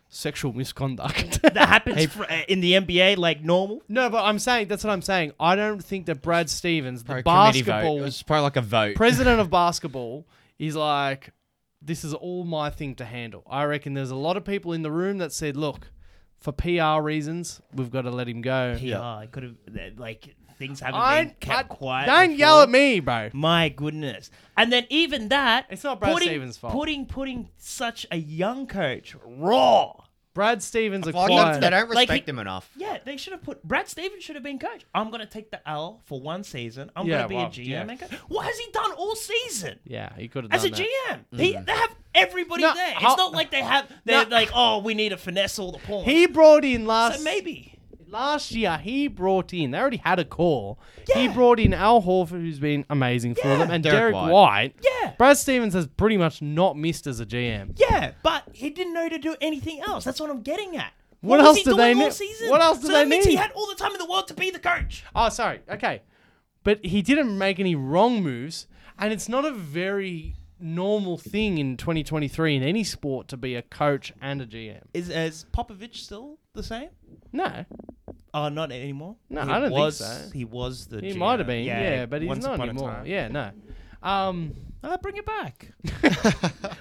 [SPEAKER 4] sexual misconduct.
[SPEAKER 3] that happens fr- uh, in the NBA like normal.
[SPEAKER 4] no, but I'm saying that's what I'm saying. I don't think that Brad Stevens, the
[SPEAKER 5] Probably a committee
[SPEAKER 4] basketball
[SPEAKER 5] Vote. It was probably like a vote.
[SPEAKER 4] president of basketball, is like, this is all my thing to handle. I reckon there's a lot of people in the room that said, look, for PR reasons, we've got to let him go.
[SPEAKER 3] PR. It could have uh, like things haven't
[SPEAKER 4] I-
[SPEAKER 3] been kept
[SPEAKER 4] I-
[SPEAKER 3] quiet.
[SPEAKER 4] Don't yell
[SPEAKER 3] before.
[SPEAKER 4] at me, bro.
[SPEAKER 3] My goodness. And then even that
[SPEAKER 4] It's not Brad
[SPEAKER 3] putting,
[SPEAKER 4] Stevens' fault.
[SPEAKER 3] Putting putting such a young coach raw.
[SPEAKER 4] Brad Stevens
[SPEAKER 1] Like,
[SPEAKER 4] acquired.
[SPEAKER 1] they don't
[SPEAKER 3] Like
[SPEAKER 1] respect
[SPEAKER 3] he-
[SPEAKER 1] him enough.
[SPEAKER 3] Yeah, they should have put Brad Stevens should have been coach. I'm gonna take the L for one season. I'm
[SPEAKER 4] Yeah,
[SPEAKER 3] gonna be
[SPEAKER 4] well,
[SPEAKER 3] a GM
[SPEAKER 4] yeah.
[SPEAKER 3] and coach. What has he done all season?
[SPEAKER 4] yeah, he could have done
[SPEAKER 3] As a
[SPEAKER 4] that. Mm-hmm.
[SPEAKER 3] GM, he, they have everybody
[SPEAKER 4] No,
[SPEAKER 3] there. It's
[SPEAKER 4] how-
[SPEAKER 3] not like they have they're
[SPEAKER 4] No.
[SPEAKER 3] like, oh, we need to finesse all the pawns.
[SPEAKER 4] He brought in last
[SPEAKER 3] so maybe
[SPEAKER 4] last year. He brought in. They already had a core. He
[SPEAKER 3] Yeah.
[SPEAKER 4] brought in Al Horford, who's been amazing for
[SPEAKER 3] Yeah.
[SPEAKER 4] them, and Derek,
[SPEAKER 5] Derek
[SPEAKER 4] White.
[SPEAKER 5] White.
[SPEAKER 3] Yeah.
[SPEAKER 4] Brad Stevens has pretty much not missed as a GM.
[SPEAKER 3] Yeah, but he didn't know to do anything else. That's what I'm getting at.
[SPEAKER 4] What
[SPEAKER 3] was
[SPEAKER 4] else
[SPEAKER 3] he
[SPEAKER 4] did
[SPEAKER 3] doing
[SPEAKER 4] they
[SPEAKER 3] all
[SPEAKER 4] need-
[SPEAKER 3] season?
[SPEAKER 4] what else did
[SPEAKER 3] so that
[SPEAKER 4] they
[SPEAKER 3] means He
[SPEAKER 4] need?
[SPEAKER 3] had all the time in the world to be the coach.
[SPEAKER 4] Oh, sorry. Okay, but he didn't make any wrong moves, and it's not a very normal thing in 2023 in any sport to be a coach and a GM.
[SPEAKER 3] Is is Popovich still the same?
[SPEAKER 4] No,
[SPEAKER 3] Oh, not anymore.
[SPEAKER 4] No,
[SPEAKER 3] he
[SPEAKER 4] I don't think
[SPEAKER 3] was,
[SPEAKER 4] so.
[SPEAKER 3] He was the.
[SPEAKER 4] he
[SPEAKER 3] GM.
[SPEAKER 4] might have been. Yeah, but he's
[SPEAKER 3] once
[SPEAKER 4] not
[SPEAKER 3] upon a
[SPEAKER 4] anymore.
[SPEAKER 3] time.
[SPEAKER 4] Yeah, no. Um,
[SPEAKER 3] Ah, bring it back.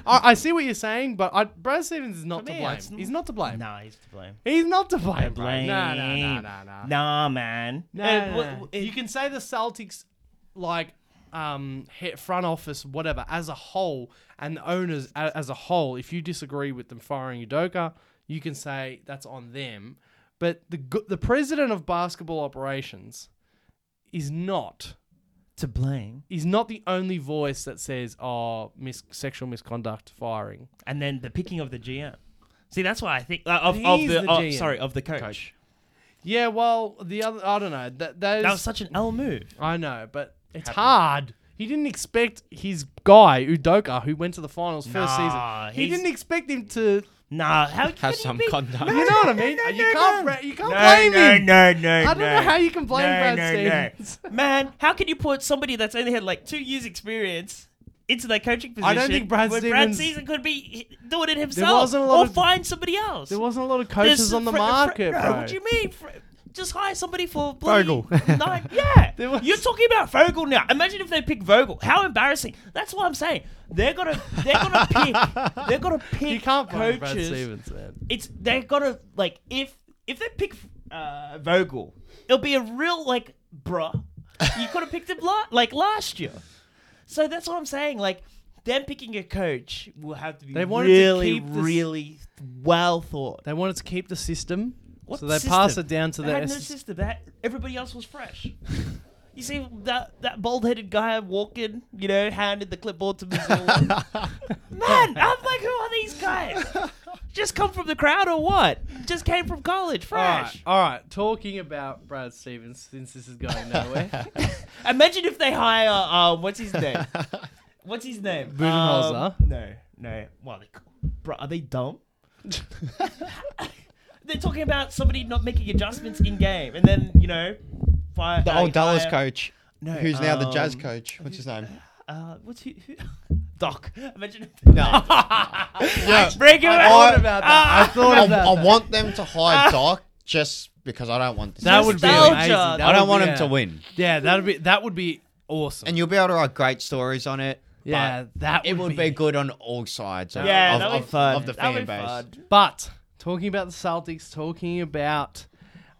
[SPEAKER 4] I, I see what you're saying, but I, Brad Stevens is not
[SPEAKER 3] For me,
[SPEAKER 4] to blame.
[SPEAKER 3] it's-
[SPEAKER 4] He's not to blame.
[SPEAKER 3] nah, he's to blame.
[SPEAKER 4] He's not to blame.
[SPEAKER 3] Don't blame.
[SPEAKER 4] No, no, no, no, no.
[SPEAKER 3] Nah, man.
[SPEAKER 4] No,
[SPEAKER 3] And
[SPEAKER 4] no,
[SPEAKER 3] what-
[SPEAKER 4] no.
[SPEAKER 3] it-
[SPEAKER 4] you can say the Celtics, like, um, he- front office, whatever, as a whole, and the owners a- as a whole. If you disagree with them firing Udoka, you can say that's on them. But the go- the president of basketball operations is not
[SPEAKER 3] to blame.
[SPEAKER 4] is not the only voice that says, "Oh, mis- sexual misconduct, firing."
[SPEAKER 3] And then the picking of the GM. See, that's why I think uh, of, of
[SPEAKER 4] He's
[SPEAKER 3] the,
[SPEAKER 4] the
[SPEAKER 3] oh,
[SPEAKER 4] GM.
[SPEAKER 3] sorry of the coach.
[SPEAKER 4] Yeah, well, the other I don't know. That those,
[SPEAKER 3] That was such an L move.
[SPEAKER 4] I know, but it's hard. He didn't expect his guy Udoka, who went to the finals first
[SPEAKER 3] Nah,
[SPEAKER 4] season. He
[SPEAKER 3] he's-
[SPEAKER 4] didn't expect him to.
[SPEAKER 3] Nah, how can
[SPEAKER 5] Has
[SPEAKER 3] he
[SPEAKER 5] some
[SPEAKER 3] be-
[SPEAKER 5] conduct.
[SPEAKER 4] You know what I mean?
[SPEAKER 3] no,
[SPEAKER 4] you
[SPEAKER 3] no,
[SPEAKER 4] can't.
[SPEAKER 3] no.
[SPEAKER 4] Ra- you can't blame him.
[SPEAKER 3] no, no.
[SPEAKER 4] I don't know how you can blame Brad Stevens.
[SPEAKER 3] Man, how can you put somebody that's only had like two years' experience into their coaching position?
[SPEAKER 4] I don't think Brad
[SPEAKER 3] when Brad
[SPEAKER 4] Stevens-
[SPEAKER 3] Stevens could be doing it himself,
[SPEAKER 4] wasn't a lot
[SPEAKER 3] or
[SPEAKER 4] of-
[SPEAKER 3] find somebody else.
[SPEAKER 4] There wasn't a lot of
[SPEAKER 3] There's
[SPEAKER 4] coaches on the
[SPEAKER 3] Fre- Fre-
[SPEAKER 4] market,
[SPEAKER 3] no,
[SPEAKER 4] bro.
[SPEAKER 3] What do you mean? Fre- just hire somebody for bloody
[SPEAKER 5] Vogel.
[SPEAKER 3] nine. Yeah,
[SPEAKER 4] There was-
[SPEAKER 3] you're talking about Vogel now. Imagine if they pick Vogel. How embarrassing! That's what I'm saying. They're gonna, they're gonna pick, they're gonna pick
[SPEAKER 4] You can't blame Brad
[SPEAKER 3] coaches
[SPEAKER 4] Stevens, man.
[SPEAKER 3] it's they gotta like if if they pick uh, Vogel, it'll be a real like bruh. You could have picked him la- like last year. So that's what I'm saying. Like them picking a coach will have to be
[SPEAKER 4] They wanted to
[SPEAKER 3] really,
[SPEAKER 4] keep this-
[SPEAKER 3] really well thought.
[SPEAKER 4] They wanted to keep the system,
[SPEAKER 3] What
[SPEAKER 4] so they
[SPEAKER 3] system?
[SPEAKER 4] pass it down to
[SPEAKER 3] They
[SPEAKER 4] their.
[SPEAKER 3] had no
[SPEAKER 4] ass-
[SPEAKER 3] system. That everybody else was fresh. You see that that bald-headed guy walking, you know, handed the clipboard to Missoula. Man, I'm like, who are these guys? Just come from the crowd or what? Just came from college,
[SPEAKER 4] all right,
[SPEAKER 3] fresh.
[SPEAKER 4] all right. Talking about Brad Stevens, since this is going nowhere,
[SPEAKER 3] Imagine if they hire, um, what's his name? What's his name?
[SPEAKER 4] Budenholzer.
[SPEAKER 3] Um, no, no. Well, they, bro, are they dumb? They're talking about somebody not making adjustments in game, and then you know, fire
[SPEAKER 5] The
[SPEAKER 3] uh,
[SPEAKER 5] old Dallas
[SPEAKER 3] hire-
[SPEAKER 5] coach,
[SPEAKER 3] No,
[SPEAKER 5] who's now the Jazz
[SPEAKER 3] um,
[SPEAKER 5] coach. What's his name?
[SPEAKER 3] Uh, what's who? who? Doc. Imagine. No. Break it. Ah, up.
[SPEAKER 4] I thought about that. I thought
[SPEAKER 5] I,
[SPEAKER 4] about that.
[SPEAKER 5] I want them to hire Doc just because I don't want this.
[SPEAKER 4] That would be
[SPEAKER 3] Nostalgia.
[SPEAKER 4] amazing. That
[SPEAKER 5] I
[SPEAKER 4] would
[SPEAKER 5] don't want
[SPEAKER 4] be
[SPEAKER 5] him to
[SPEAKER 4] a-
[SPEAKER 5] win.
[SPEAKER 4] Yeah, that'd be that would be awesome.
[SPEAKER 5] And you'll be able to write great stories on it. but
[SPEAKER 4] yeah, that
[SPEAKER 5] It would be good on all sides of,
[SPEAKER 3] Yeah,
[SPEAKER 5] of,
[SPEAKER 3] that'd be
[SPEAKER 5] of-
[SPEAKER 3] fun.
[SPEAKER 5] of the
[SPEAKER 3] That'd
[SPEAKER 5] fan
[SPEAKER 3] be
[SPEAKER 5] base.
[SPEAKER 3] fun.
[SPEAKER 4] But talking about the Celtics, talking about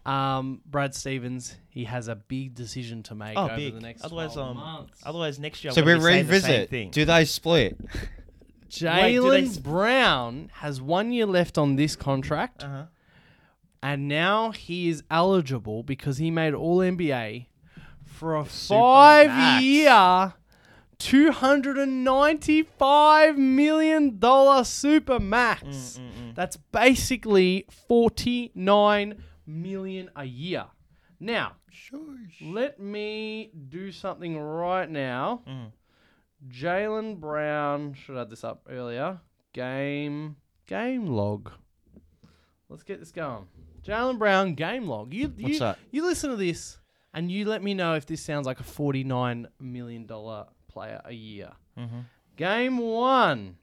[SPEAKER 4] um, Brad Stevens, he has a big decision to make
[SPEAKER 3] Oh,
[SPEAKER 4] over
[SPEAKER 3] big.
[SPEAKER 4] the next
[SPEAKER 3] otherwise,
[SPEAKER 4] 12
[SPEAKER 3] um,
[SPEAKER 4] months.
[SPEAKER 3] otherwise next year.
[SPEAKER 5] So
[SPEAKER 3] I'm
[SPEAKER 5] we
[SPEAKER 3] gonna be saying the same
[SPEAKER 5] revisit.
[SPEAKER 3] thing.
[SPEAKER 5] Do they split?
[SPEAKER 4] Jalen
[SPEAKER 3] wait, do they-
[SPEAKER 4] Brown has one year left on this contract,
[SPEAKER 3] Uh-huh.
[SPEAKER 4] and now he is eligible because he made All NBA for a five-year. Two hundred and ninety-five million dollar super
[SPEAKER 3] Mm,
[SPEAKER 4] max. That's basically forty-nine million a year. Now, let me do something right now.
[SPEAKER 5] Mm-hmm.
[SPEAKER 4] Jalen Brown should have this up earlier. Game game log. Let's get this going. Jalen Brown game log. You you,
[SPEAKER 5] What's that?
[SPEAKER 4] you listen to this and you let me know if this sounds like a forty nine million dollar player a year.
[SPEAKER 5] Mm-hmm.
[SPEAKER 4] Game one.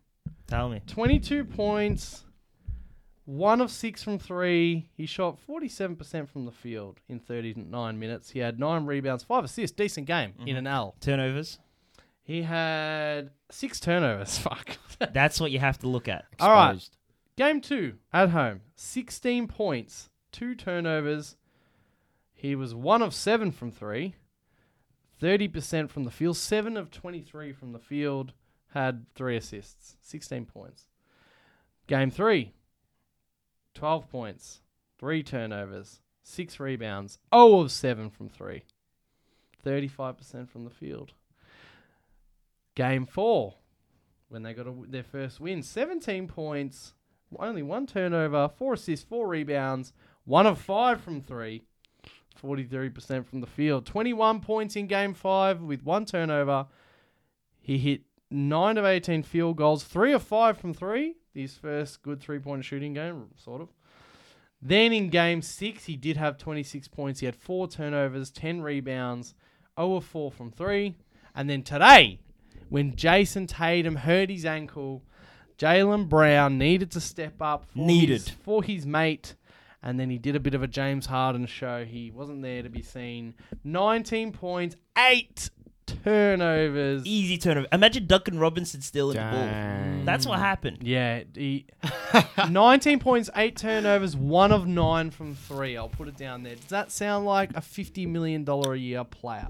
[SPEAKER 3] Tell me.
[SPEAKER 4] 22 points, one of six from three. He shot 47% from the field in 39 minutes. He had nine rebounds, five assists. Decent game in an L.
[SPEAKER 3] Turnovers.
[SPEAKER 4] He had six turnovers. Fuck.
[SPEAKER 3] That's what you have to look at.
[SPEAKER 4] All right.
[SPEAKER 5] Exposed.
[SPEAKER 4] game two at home, 16 points, two turnovers. He was one of seven from three, 30% from the field, seven of 23 from the field, had three assists, 16 points. Game three, 12 points, three turnovers, six rebounds, 0 of 7 from three, 35% from the field. Game four, when they got a, their first win, 17 points, only one turnover, four assists, four rebounds, one of five from three, 43% from the field. 21 points in game five with one turnover. He hit nine of 18 field goals, three of five from three. His first good three point shooting game, sort of. Then in game six, he did have 26 points. He had four turnovers, 10 rebounds, 0 of 4 from three. And then today, when Jason Tatum hurt his ankle, Jalen Brown needed to step up for
[SPEAKER 3] Needed.
[SPEAKER 4] his, for his mate. And then he did a bit of a James Harden show. He wasn't there to be seen. 19 points, 8 turnovers.
[SPEAKER 3] Easy turnover. Imagine Duncan Robinson stealing the ball. That's what happened.
[SPEAKER 4] Yeah, he, 19 points, 8 turnovers, 1 of 9 from 3. I'll put it down there. Does that sound like a $50 million a year player?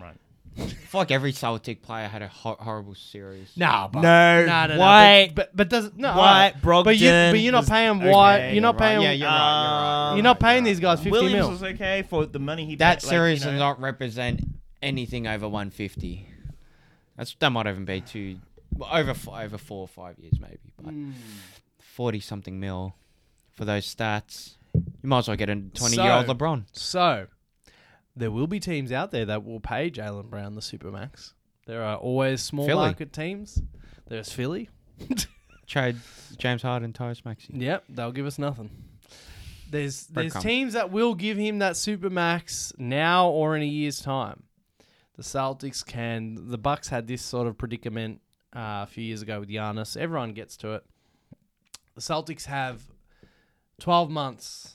[SPEAKER 3] Right.
[SPEAKER 5] I feel like every Celtic player had a ho- horrible series.
[SPEAKER 4] Nah, but
[SPEAKER 3] No,
[SPEAKER 4] Nah, nah, nah,
[SPEAKER 3] White.
[SPEAKER 4] but, but, but doesn't no
[SPEAKER 3] White,
[SPEAKER 4] alright. But you but
[SPEAKER 3] Brogdon
[SPEAKER 4] you're not
[SPEAKER 3] was-
[SPEAKER 4] paying
[SPEAKER 5] Okay,
[SPEAKER 4] White. you're not
[SPEAKER 5] right.
[SPEAKER 4] paying.
[SPEAKER 5] Yeah, you're right. You're, right,
[SPEAKER 4] you're not
[SPEAKER 5] you're
[SPEAKER 4] paying
[SPEAKER 5] right.
[SPEAKER 4] these guys 50
[SPEAKER 3] Williams
[SPEAKER 4] mil.
[SPEAKER 3] was okay for the money he.
[SPEAKER 5] That
[SPEAKER 3] paid,
[SPEAKER 5] series
[SPEAKER 3] like, you
[SPEAKER 5] does
[SPEAKER 3] know.
[SPEAKER 5] not represent anything over 150. That's that might even be two well, over f- over four or five years maybe, but forty something mil for those stats. You might as well get a 20 year old
[SPEAKER 4] So-
[SPEAKER 5] LeBron.
[SPEAKER 4] So, there will be teams out there that will pay Jalen Brown the supermax. There are always small
[SPEAKER 5] Philly.
[SPEAKER 4] market teams. There's Philly.
[SPEAKER 5] Trade James Harden, Tyrese Maxey.
[SPEAKER 4] Yep, they'll give us nothing. There's there's
[SPEAKER 5] Breadcrumbs.
[SPEAKER 4] teams that will give him that supermax now or in a year's time. The Celtics can. The Bucks had this sort of predicament uh, a few years ago with Giannis. Everyone gets to it. The Celtics have 12 months,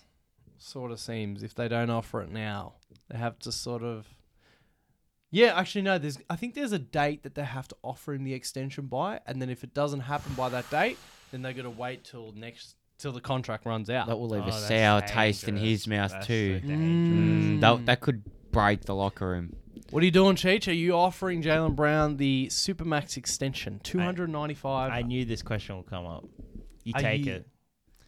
[SPEAKER 4] sort of seems, if they don't offer it now. They have to sort of. Yeah, actually, no. There's, I think there's a date that they have to offer him the extension by, and then if it doesn't happen by that date, then they got to wait till next till the contract runs out.
[SPEAKER 5] That will leave
[SPEAKER 3] Oh,
[SPEAKER 5] a
[SPEAKER 3] that's
[SPEAKER 5] sour taste in
[SPEAKER 3] dangerous.
[SPEAKER 5] his mouth
[SPEAKER 3] That's
[SPEAKER 5] too.
[SPEAKER 3] so dangerous.
[SPEAKER 5] Mm, that that could break the locker room.
[SPEAKER 4] What are you doing, Cheech? Are you offering Jalen Brown the supermax extension, two hundred ninety-five?
[SPEAKER 3] I knew this question would come up. You
[SPEAKER 4] Are
[SPEAKER 3] take
[SPEAKER 4] you-
[SPEAKER 3] it.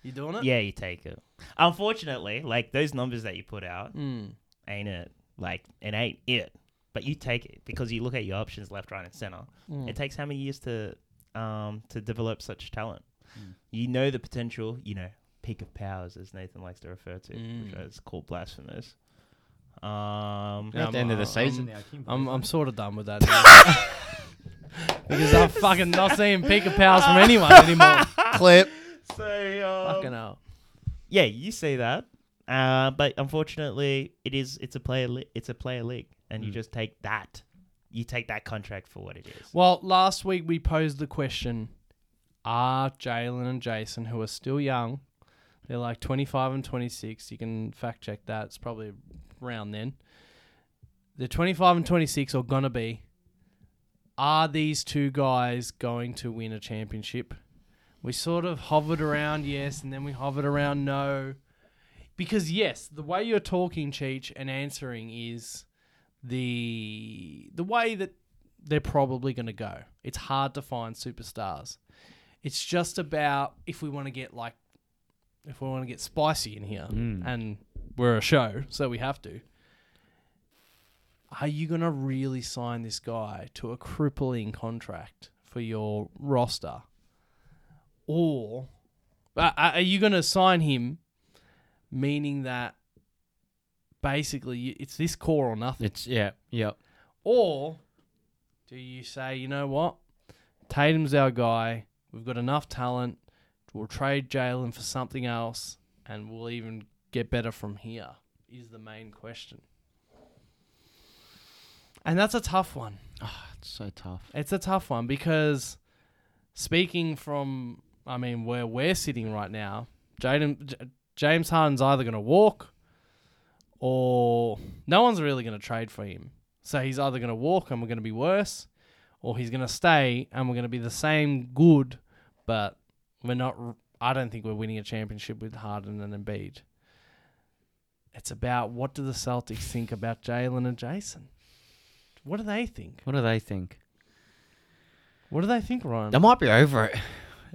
[SPEAKER 4] you doing it?
[SPEAKER 3] Yeah, you take it. Unfortunately, like those numbers that you put out
[SPEAKER 4] Mm.
[SPEAKER 3] ain't it. Like it ain't it. But you take it because you look at your options left, right, and center.
[SPEAKER 4] Hmm.
[SPEAKER 3] It takes how many years to um to develop such talent?
[SPEAKER 4] Hmm.
[SPEAKER 3] You know the potential. You know peak of powers, as Nathan likes to refer to, which
[SPEAKER 4] Hmm.
[SPEAKER 3] is called blasphemous. Um,
[SPEAKER 5] At the end of the season. Um,
[SPEAKER 4] I'm, I'm sort of done with that. now. because I'm fucking not seeing Pika powers from anyone anymore.
[SPEAKER 5] Clip.
[SPEAKER 3] so um,
[SPEAKER 4] fucking hell.
[SPEAKER 3] yeah, you say that. Uh, but unfortunately, it is it's a player li- it's a player league, and
[SPEAKER 4] Hmm.
[SPEAKER 3] you just take that, you take that contract for what it is.
[SPEAKER 4] Well, last week we posed the question Are Jalen and Jason, who are still young, they're like 25 and 26, you can fact check that, it's probably around then. They're 25 and 26 or gonna be. Are these two guys going to win a championship? We sort of hovered around yes, and then we hovered around no. Because, yes, the way you're talking, Cheech, and answering is the the way that they're probably going to go. It's hard to find superstars. It's just about if we want to get like if we want to get spicy in here and we're a show, so we have to. Are you going to really sign this guy to a crippling contract for your roster? Or uh, are you going to sign him meaning that basically you- it's this core or nothing.
[SPEAKER 5] It's yeah, yeah.
[SPEAKER 4] Or do you say, you know what? Tatum's our guy. We've got enough talent. We'll trade Jalen for something else and we'll even get better from here, is the main question. And that's a tough one.
[SPEAKER 5] It's so tough.
[SPEAKER 4] It's a tough one because speaking from, I mean, where we're sitting right now, Jaden, J- James Harden's either going to walk or no one's really going to trade for him. So he's either going to walk and we're going to be worse or he's going to stay and we're going to be the same good, but we're not, r- I don't think we're winning a championship with Harden and Embiid. It's about what do the Celtics think about Jalen and Jason? What do they think?
[SPEAKER 5] What do they think?
[SPEAKER 4] What do they think, Ryan?
[SPEAKER 5] They might be over it.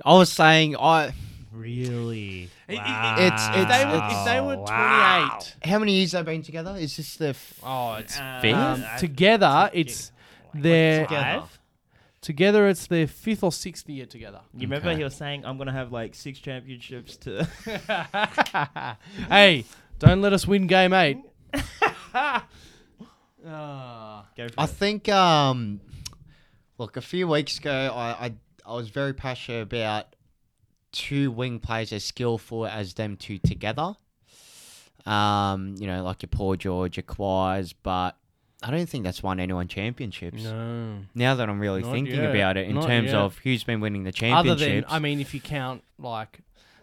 [SPEAKER 5] I was saying, I
[SPEAKER 3] Really?
[SPEAKER 4] it-
[SPEAKER 3] Wow.
[SPEAKER 5] it's-
[SPEAKER 4] If they were, if
[SPEAKER 5] Wow.
[SPEAKER 4] they were 28
[SPEAKER 3] Wow.
[SPEAKER 5] how many years they've been together? Is this the f-
[SPEAKER 4] oh, it's
[SPEAKER 5] Fifth?
[SPEAKER 4] um,
[SPEAKER 3] I-
[SPEAKER 4] together.
[SPEAKER 3] Together.
[SPEAKER 4] It's their
[SPEAKER 3] Five?
[SPEAKER 4] together. It's their fifth or sixth year together.
[SPEAKER 3] You
[SPEAKER 5] remember
[SPEAKER 3] remember
[SPEAKER 5] Okay.
[SPEAKER 3] he
[SPEAKER 5] he
[SPEAKER 3] was saying, I'm going to have like six championships to.
[SPEAKER 4] hey, don't let us win game eight. Ah.
[SPEAKER 3] Go
[SPEAKER 5] I think um look, a few weeks ago I I, I was very passionate about two wing players as skillful as them two together. Um, you know, like your Paul George, your Quaz, but I don't think that's won anyone championships.
[SPEAKER 4] no.
[SPEAKER 5] Now that I'm really
[SPEAKER 4] Not
[SPEAKER 5] thinking
[SPEAKER 4] yet.
[SPEAKER 5] about it in
[SPEAKER 4] Not
[SPEAKER 5] terms
[SPEAKER 4] yet.
[SPEAKER 5] of who's been winning the
[SPEAKER 4] Other
[SPEAKER 5] championships.
[SPEAKER 4] than, um, I mean, if you count like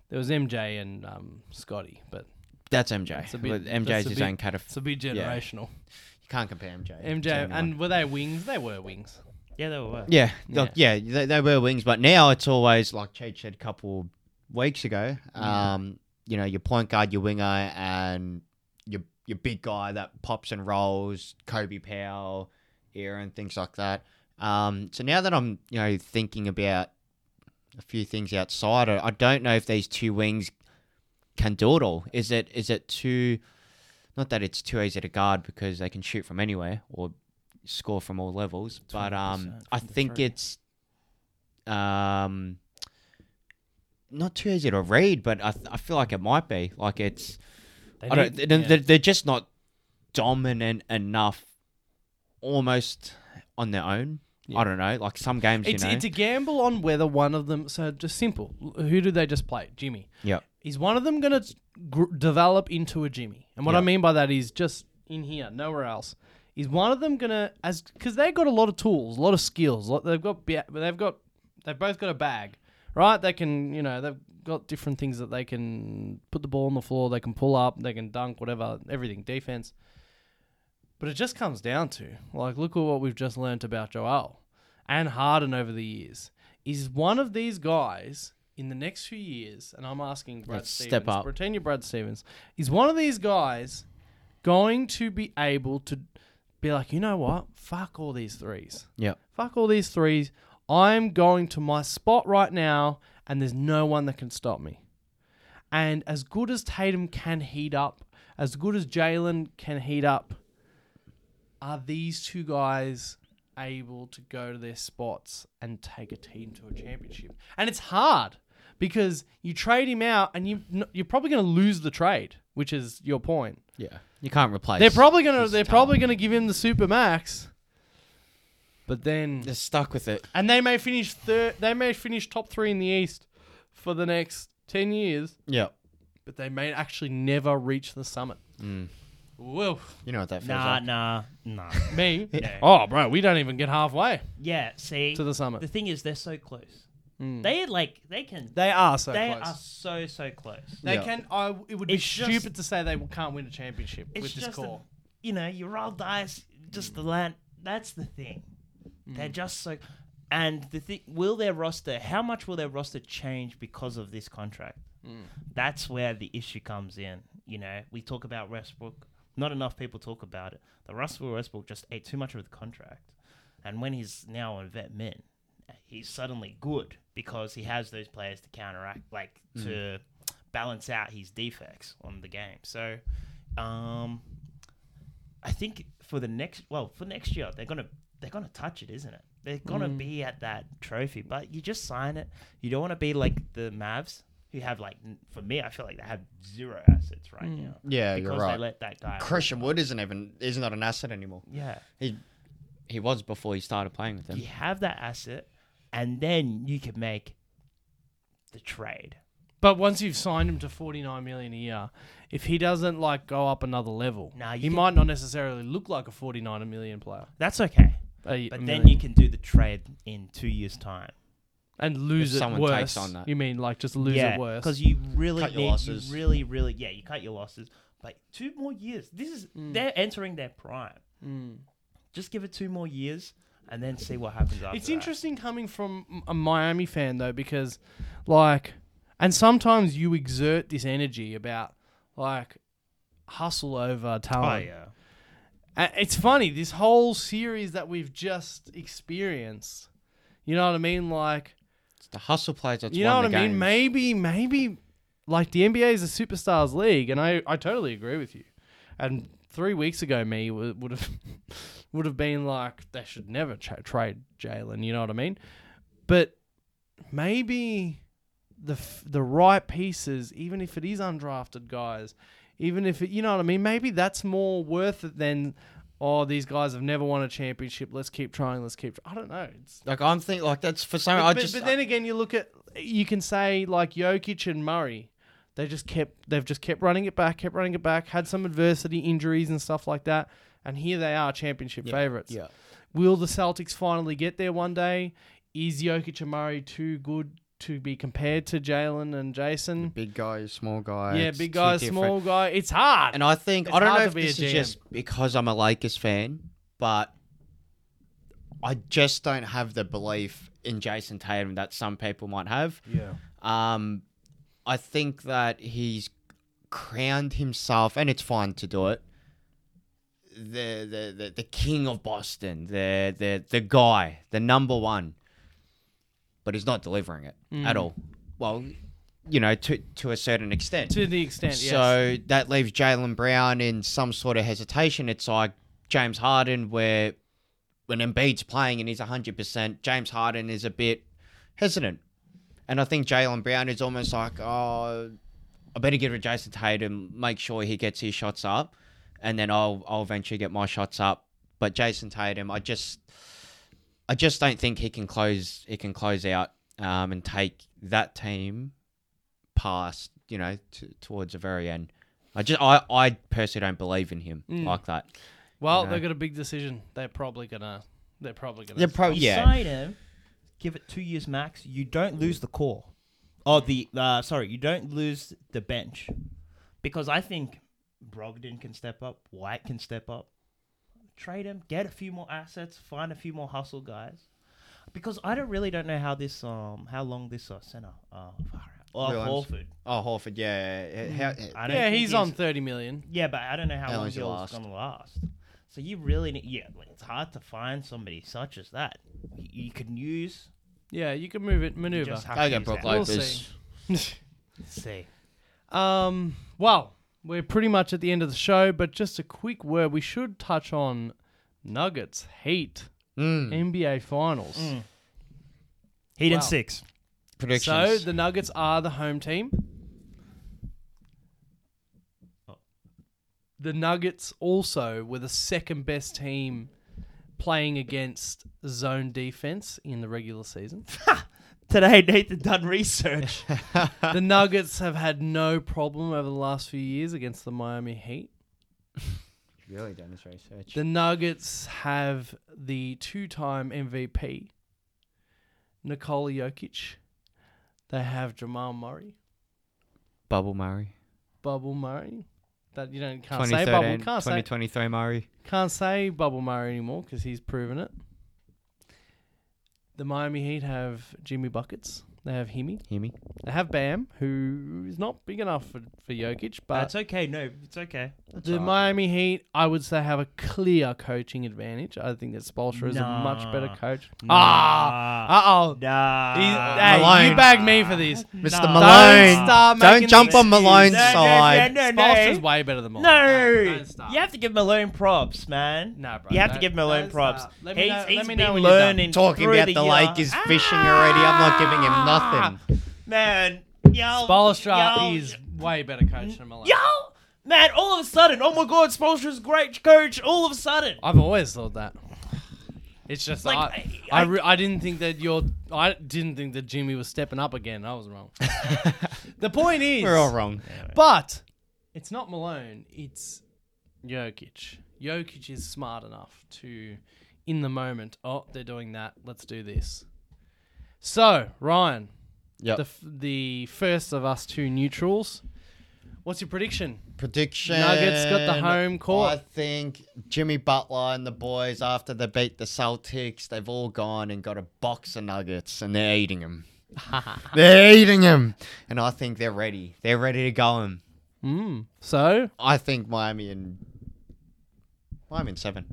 [SPEAKER 4] there was MJ and um, Scotty, but
[SPEAKER 5] that's MJ.
[SPEAKER 4] That's a bit-
[SPEAKER 5] But MJ's
[SPEAKER 4] that's a
[SPEAKER 5] his
[SPEAKER 4] bit-
[SPEAKER 5] own kind of
[SPEAKER 4] it's a bit generational.
[SPEAKER 5] you can't compare MJ.
[SPEAKER 4] MJ
[SPEAKER 5] to anyone.
[SPEAKER 4] and were they wings? They were wings.
[SPEAKER 3] Yeah, they were.
[SPEAKER 5] Yeah, look, yeah, they, they were wings, but now it's always like Chad said a couple weeks ago. Um, you know, your point guard, your winger, and your your big guy that pops and rolls, Kobe Powell, era and things like that. Um, so now that I'm you know thinking about a few things outside, I, I don't know if these two wings can do it all. Is it is it too? Not that it's too easy to guard because they can shoot from anywhere or score from all levels, but um,
[SPEAKER 3] 20%
[SPEAKER 5] I
[SPEAKER 3] from the
[SPEAKER 5] think
[SPEAKER 3] three.
[SPEAKER 5] it's um not too easy to read, but I, th- I feel like it might be like it's
[SPEAKER 4] They
[SPEAKER 5] I don't
[SPEAKER 4] need-
[SPEAKER 5] they're,
[SPEAKER 4] yeah.
[SPEAKER 5] they're- they're just not dominant enough almost on their own. I don't know, like some games
[SPEAKER 4] It's,
[SPEAKER 5] you know.
[SPEAKER 4] it's a gamble on whether one of them. So just simple. Who do they just play? Jimmy.
[SPEAKER 5] Yep.
[SPEAKER 4] Is one of them going to gr- develop into a Jimmy? And what I
[SPEAKER 5] Yeah.
[SPEAKER 4] mean by that is just in here, nowhere else. Is one of them going to as because they've got a lot of tools, a lot of skills. Lot, they've got ba- they've got they've both got a bag, right? They can you know they've got different things that they can put the ball on the floor. They can pull up. They can dunk. Whatever. Everything. Defense. But it just comes down to like look at what we've just learnt about Joel and Harden over the years. Is one of these guys in the next few years, and I'm asking Brad
[SPEAKER 5] Let's step
[SPEAKER 4] Stevens,
[SPEAKER 5] up.
[SPEAKER 4] pretend you're Brad Stevens, is one of these guys going to be able to be like, you know what? Fuck all these threes.
[SPEAKER 5] Yep.
[SPEAKER 4] Fuck all these threes. I'm going to my spot right now, and there's no one that can stop me. And as good as Tatum can heat up, as good as Jalen can heat up, are these two guys able to go to their spots and take a team to a championship? And it's hard because you trade him out, and you you're probably going to lose the trade, which is your point.
[SPEAKER 5] Yeah. You can't replace
[SPEAKER 4] They're probably gonna
[SPEAKER 5] it's
[SPEAKER 4] they're
[SPEAKER 5] tough.
[SPEAKER 4] probably gonna give him the super max. But
[SPEAKER 5] they're
[SPEAKER 4] then
[SPEAKER 5] stuck with it.
[SPEAKER 4] and they may finish third they may finish top three in the East for the next ten years,
[SPEAKER 5] Yeah.
[SPEAKER 4] but they may actually never reach the summit.
[SPEAKER 3] Mm.
[SPEAKER 4] Whoa,
[SPEAKER 5] You know what that feels
[SPEAKER 3] Nah,
[SPEAKER 5] like.
[SPEAKER 3] nah, nah.
[SPEAKER 4] me.
[SPEAKER 3] Yeah.
[SPEAKER 4] Oh bro, we don't even get halfway
[SPEAKER 3] yeah, see.
[SPEAKER 4] to the
[SPEAKER 3] The
[SPEAKER 4] summit.
[SPEAKER 3] thing is, they're so close.
[SPEAKER 5] Hmm.
[SPEAKER 3] They like they can. They,
[SPEAKER 4] They are so close.
[SPEAKER 3] are so so close.
[SPEAKER 4] they
[SPEAKER 5] Yeah.
[SPEAKER 4] can I it would be
[SPEAKER 3] It's just-
[SPEAKER 4] stupid to say they can't win a championship
[SPEAKER 3] It's
[SPEAKER 4] with this
[SPEAKER 3] just,
[SPEAKER 4] core.
[SPEAKER 3] A, you know, you roll dice.
[SPEAKER 5] Hmm.
[SPEAKER 3] Just the land. That's the thing. They're just so. And the thing, will their roster? How much will their roster change because of this contract? That's where the issue comes in. You know, we talk about Westbrook. Not enough people talk about it. The Russell Westbrook just ate too much of the contract, and when he's now on vet min, he's suddenly good because he has those players to counteract, like to balance out his defects on the game. So, um, I think for the next, well, for next year, they're gonna they're gonna touch it, isn't it? They're gonna be at that trophy, but you just sign it. You don't want to be like the Mavs who have like, n- for me, I feel like they have zero assets right now.
[SPEAKER 5] Yeah,
[SPEAKER 3] because
[SPEAKER 5] you're right.
[SPEAKER 3] they let that guy.
[SPEAKER 5] Christian Wood isn't even is not an asset anymore.
[SPEAKER 3] Yeah,
[SPEAKER 5] He he was before he started playing with them.
[SPEAKER 3] you have that asset, and then you can make the trade.
[SPEAKER 4] But once you've signed him to 49 million a year, if he doesn't like go up another level,
[SPEAKER 3] Nah, you
[SPEAKER 4] he
[SPEAKER 3] can-
[SPEAKER 4] might not necessarily look like a 49 million player.
[SPEAKER 3] That's okay,
[SPEAKER 4] A-
[SPEAKER 3] but
[SPEAKER 4] a
[SPEAKER 3] then
[SPEAKER 4] million.
[SPEAKER 3] you can do the trade in two years' time.
[SPEAKER 4] and lose
[SPEAKER 5] If
[SPEAKER 4] it
[SPEAKER 5] someone
[SPEAKER 4] worse.
[SPEAKER 5] takes on that.
[SPEAKER 4] You mean like just lose
[SPEAKER 3] yeah,
[SPEAKER 4] it worse?
[SPEAKER 3] Because you really
[SPEAKER 5] Cut your
[SPEAKER 3] need,
[SPEAKER 5] losses.
[SPEAKER 3] you really, really, yeah, you cut your losses. But two more years. This is
[SPEAKER 5] Hmm.
[SPEAKER 3] they're entering their prime. Just give it two more years and then see what happens after.
[SPEAKER 4] It's
[SPEAKER 3] that.
[SPEAKER 4] interesting coming from a Miami fan though, because like, and sometimes you exert this energy about like hustle over
[SPEAKER 3] Oh
[SPEAKER 4] talent.
[SPEAKER 3] yeah.
[SPEAKER 4] A- It's funny this whole series that we've just experienced. You know what I mean? Like,
[SPEAKER 5] It's the hustle players that's
[SPEAKER 4] you know
[SPEAKER 5] won
[SPEAKER 4] what
[SPEAKER 5] the
[SPEAKER 4] I mean?
[SPEAKER 5] games.
[SPEAKER 4] Maybe, maybe like the NBA is a superstars league, and I I totally agree with you. And three weeks ago, me w- would have would have been like they should never tra- trade Jalen. You know what I mean? But maybe the f- the right pieces, even if it is undrafted guys, even if it, you know what I mean, maybe that's more worth it than. Oh, these guys have never won a championship. Let's keep trying. Let's keep. tr-" I don't know. It's
[SPEAKER 5] Like I'm thinking, like that's for some.
[SPEAKER 4] but,
[SPEAKER 5] I
[SPEAKER 4] but-
[SPEAKER 5] just
[SPEAKER 4] but then again, you look at you can say like Jokic and Murray, they just kept they've just kept running it back, kept running it back, had some adversity, injuries and stuff like that, and here they are, championship favorites.
[SPEAKER 5] yeah.
[SPEAKER 4] Will the Celtics finally get there one day? Is Jokic and Murray too good to be compared to Jalen and Jason?
[SPEAKER 5] big guy, small guy.
[SPEAKER 4] yeah,
[SPEAKER 5] it's
[SPEAKER 4] big
[SPEAKER 5] two
[SPEAKER 4] guy,
[SPEAKER 5] different-
[SPEAKER 4] small guy. It's hard.
[SPEAKER 5] And I think
[SPEAKER 4] It's
[SPEAKER 5] I don't
[SPEAKER 4] hard
[SPEAKER 5] know
[SPEAKER 4] to
[SPEAKER 5] if
[SPEAKER 4] be a
[SPEAKER 5] this is
[SPEAKER 4] GM.
[SPEAKER 5] just because I'm a Lakers fan, but I just don't have the belief in Jason Tatum that some people might have.
[SPEAKER 2] Yeah.
[SPEAKER 5] Um, I think that he's crowned himself, and it's fine to do it. The the the, the king of Boston, the the the guy, the number one. But he's not delivering it at all. Well, you know, to to a certain extent.
[SPEAKER 4] to the extent, yes.
[SPEAKER 5] So that leaves Jalen Brown in some sort of hesitation. It's like James Harden, where when Embiid's playing and he's 100%, James Harden is a bit hesitant. And I think Jalen Brown is almost like, oh, I better get rid of Jason Tatum, make sure he gets his shots up, and then I'll, I'll eventually get my shots up. But Jason Tatum, I just. I just don't think he can close. He can close out um, and take that team past, you know, t- towards the very end. I just, I, I personally don't believe in him
[SPEAKER 4] Mm.
[SPEAKER 5] like that.
[SPEAKER 4] well,
[SPEAKER 5] you know.
[SPEAKER 4] they've got a big decision. They're probably gonna. They're probably gonna.
[SPEAKER 5] probably
[SPEAKER 3] You sign him, give it two years max. You don't lose the core, or the uh, sorry, you don't lose the bench, because I think Brogdon can step up, White can step up. Trade him, get a few more assets, find a few more hustle guys, because I don't really don't know how this um how long this uh, center uh far out. Oh,
[SPEAKER 5] Williams.
[SPEAKER 3] Horford.
[SPEAKER 5] Oh, Horford, yeah. yeah,
[SPEAKER 4] Mm.
[SPEAKER 5] yeah. How-
[SPEAKER 3] I don't
[SPEAKER 4] yeah,
[SPEAKER 3] think
[SPEAKER 4] he's on thirty million.
[SPEAKER 3] Yeah, but I don't know how
[SPEAKER 5] How
[SPEAKER 3] long
[SPEAKER 5] long's it
[SPEAKER 3] he'll
[SPEAKER 5] last?
[SPEAKER 3] gonna last. So you really need, yeah, like, it's hard to find somebody such as that. Y- You can use.
[SPEAKER 4] Yeah, you can move it,
[SPEAKER 3] You
[SPEAKER 4] maneuver.
[SPEAKER 3] just have
[SPEAKER 5] I
[SPEAKER 3] to
[SPEAKER 5] get
[SPEAKER 3] use
[SPEAKER 5] Brook
[SPEAKER 3] that.
[SPEAKER 4] We'll
[SPEAKER 5] Lopez.
[SPEAKER 4] see.
[SPEAKER 3] See.
[SPEAKER 4] Um, well, we're pretty much at the end of the show, but just a quick word. We should touch on Nuggets Heat
[SPEAKER 5] Mm,
[SPEAKER 4] NBA Finals.
[SPEAKER 3] Heat
[SPEAKER 4] and Wow.
[SPEAKER 3] six.
[SPEAKER 4] So
[SPEAKER 5] predictions.
[SPEAKER 4] the Nuggets are the home team. The Nuggets also were the second best team playing against zone defense in the regular season.
[SPEAKER 3] Today, Nathan done research.
[SPEAKER 4] the Nuggets have had no problem over the last few years against the Miami Heat.
[SPEAKER 5] really done his research.
[SPEAKER 4] The Nuggets have the two-time MVP, Nikola Jokic. They have Jamal Murray,
[SPEAKER 5] Bubble Murray.
[SPEAKER 4] Bubble Murray. That you don't can't say bubble,
[SPEAKER 5] 2013,
[SPEAKER 4] can't say
[SPEAKER 5] 2023 Murray.
[SPEAKER 4] can't say bubble Murray anymore because he's proven it. The Miami Heat have Jimmy buckets. They have Himi.
[SPEAKER 5] Hear me?
[SPEAKER 4] They have Bam, who is not big enough for, for Jokic, but
[SPEAKER 3] That's okay. No, it's okay.
[SPEAKER 4] the Miami Heat, I would say, have a clear coaching advantage. I think that Spolstra is a much better
[SPEAKER 3] Nah.
[SPEAKER 4] coach. Ah, Uh oh.
[SPEAKER 3] Nah.
[SPEAKER 5] Uh,
[SPEAKER 4] hey, you
[SPEAKER 5] Malone.
[SPEAKER 4] bagged me for these.
[SPEAKER 5] Mr.
[SPEAKER 3] Nah.
[SPEAKER 5] Malone.
[SPEAKER 4] Don't start
[SPEAKER 5] Don't
[SPEAKER 4] making
[SPEAKER 5] jump
[SPEAKER 4] the
[SPEAKER 5] on Malone's
[SPEAKER 3] No, no,
[SPEAKER 5] side.
[SPEAKER 3] no, no,
[SPEAKER 4] Spolstra's
[SPEAKER 3] no.
[SPEAKER 4] way better than mine.
[SPEAKER 3] No,
[SPEAKER 4] don't start.
[SPEAKER 3] you have to give Malone props, man.
[SPEAKER 4] Nah, bro,
[SPEAKER 3] you have to
[SPEAKER 4] don't-
[SPEAKER 3] give Malone
[SPEAKER 4] don't
[SPEAKER 3] props.
[SPEAKER 4] start. Let me
[SPEAKER 3] he's
[SPEAKER 4] know-
[SPEAKER 3] he's
[SPEAKER 4] let me
[SPEAKER 3] been
[SPEAKER 4] know when you're done.
[SPEAKER 3] learning
[SPEAKER 5] Talking
[SPEAKER 4] Ah.
[SPEAKER 3] through
[SPEAKER 5] about
[SPEAKER 3] the
[SPEAKER 5] the
[SPEAKER 3] year.
[SPEAKER 5] Lakers fishing already. I'm not giving him nothing.
[SPEAKER 3] Man, Yo,
[SPEAKER 4] Bolstra
[SPEAKER 3] yo,
[SPEAKER 4] is way better coach than Malone.
[SPEAKER 3] Yo, man! All of a sudden, oh my God, Spolstra's great coach. All of a sudden,
[SPEAKER 4] I've always thought that. It's just
[SPEAKER 3] Like,
[SPEAKER 4] I,
[SPEAKER 3] I-
[SPEAKER 4] I, re- I didn't think that your I didn't think that Jimmy was stepping up again. I was wrong. the point is,
[SPEAKER 5] We're all wrong.
[SPEAKER 4] but it's not Malone. It's Jokic. Jokic is smart enough to, in the moment, oh, they're doing that. Let's do this. So Ryan,
[SPEAKER 5] Yep.
[SPEAKER 4] the f- the first of us two neutrals. What's your prediction?
[SPEAKER 5] Prediction.
[SPEAKER 4] Nuggets got the home court.
[SPEAKER 5] I think Jimmy Butler and the boys, after they beat the Celtics, they've all gone and got a box of nuggets and they're eating them. they're eating them. And I think they're ready. They're ready to go 'em.
[SPEAKER 4] Mm. So
[SPEAKER 5] I think Miami and. Miami in seven.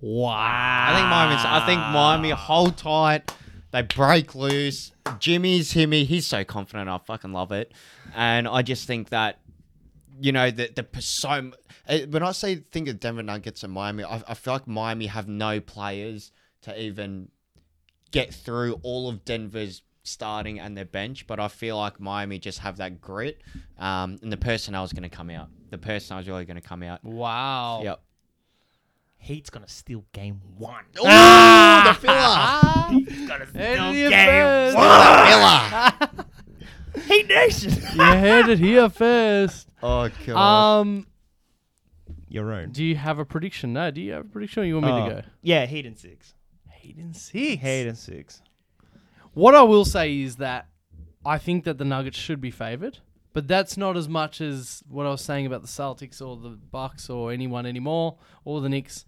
[SPEAKER 4] wow.
[SPEAKER 5] I think Miami's. I
[SPEAKER 3] Ah.
[SPEAKER 5] think Miami hold tight. They break loose. Jimmy's Himmy. He's so confident. I fucking love it. And I just think that, you know, the the persona. eh, When I say think of Denver Nuggets and Miami, I, I feel like Miami have no players to even get through all of Denver's starting and their bench. But I feel like Miami just have that grit, um, and the personnel is going to come out. The personnel is really going to come out.
[SPEAKER 4] Wow.
[SPEAKER 5] Yep.
[SPEAKER 3] Heat's gonna steal game one. Ah!
[SPEAKER 5] the filler.
[SPEAKER 3] He's gonna steal
[SPEAKER 4] Idiot
[SPEAKER 3] game
[SPEAKER 4] first.
[SPEAKER 5] filler.
[SPEAKER 3] one. Heat Nation.
[SPEAKER 4] you heard it here first.
[SPEAKER 5] Oh god.
[SPEAKER 4] Um,
[SPEAKER 3] Your own. Uh,
[SPEAKER 4] do you have a prediction? No, do you have a prediction or you want me to go?
[SPEAKER 3] Yeah, Heat in six.
[SPEAKER 4] Uh, Eight and six.
[SPEAKER 3] Heat in six.
[SPEAKER 4] What I will say is that I think that the Nuggets should be favored, but that's not as much as what I was saying about the Celtics or the Bucks or anyone anymore or the Knicks.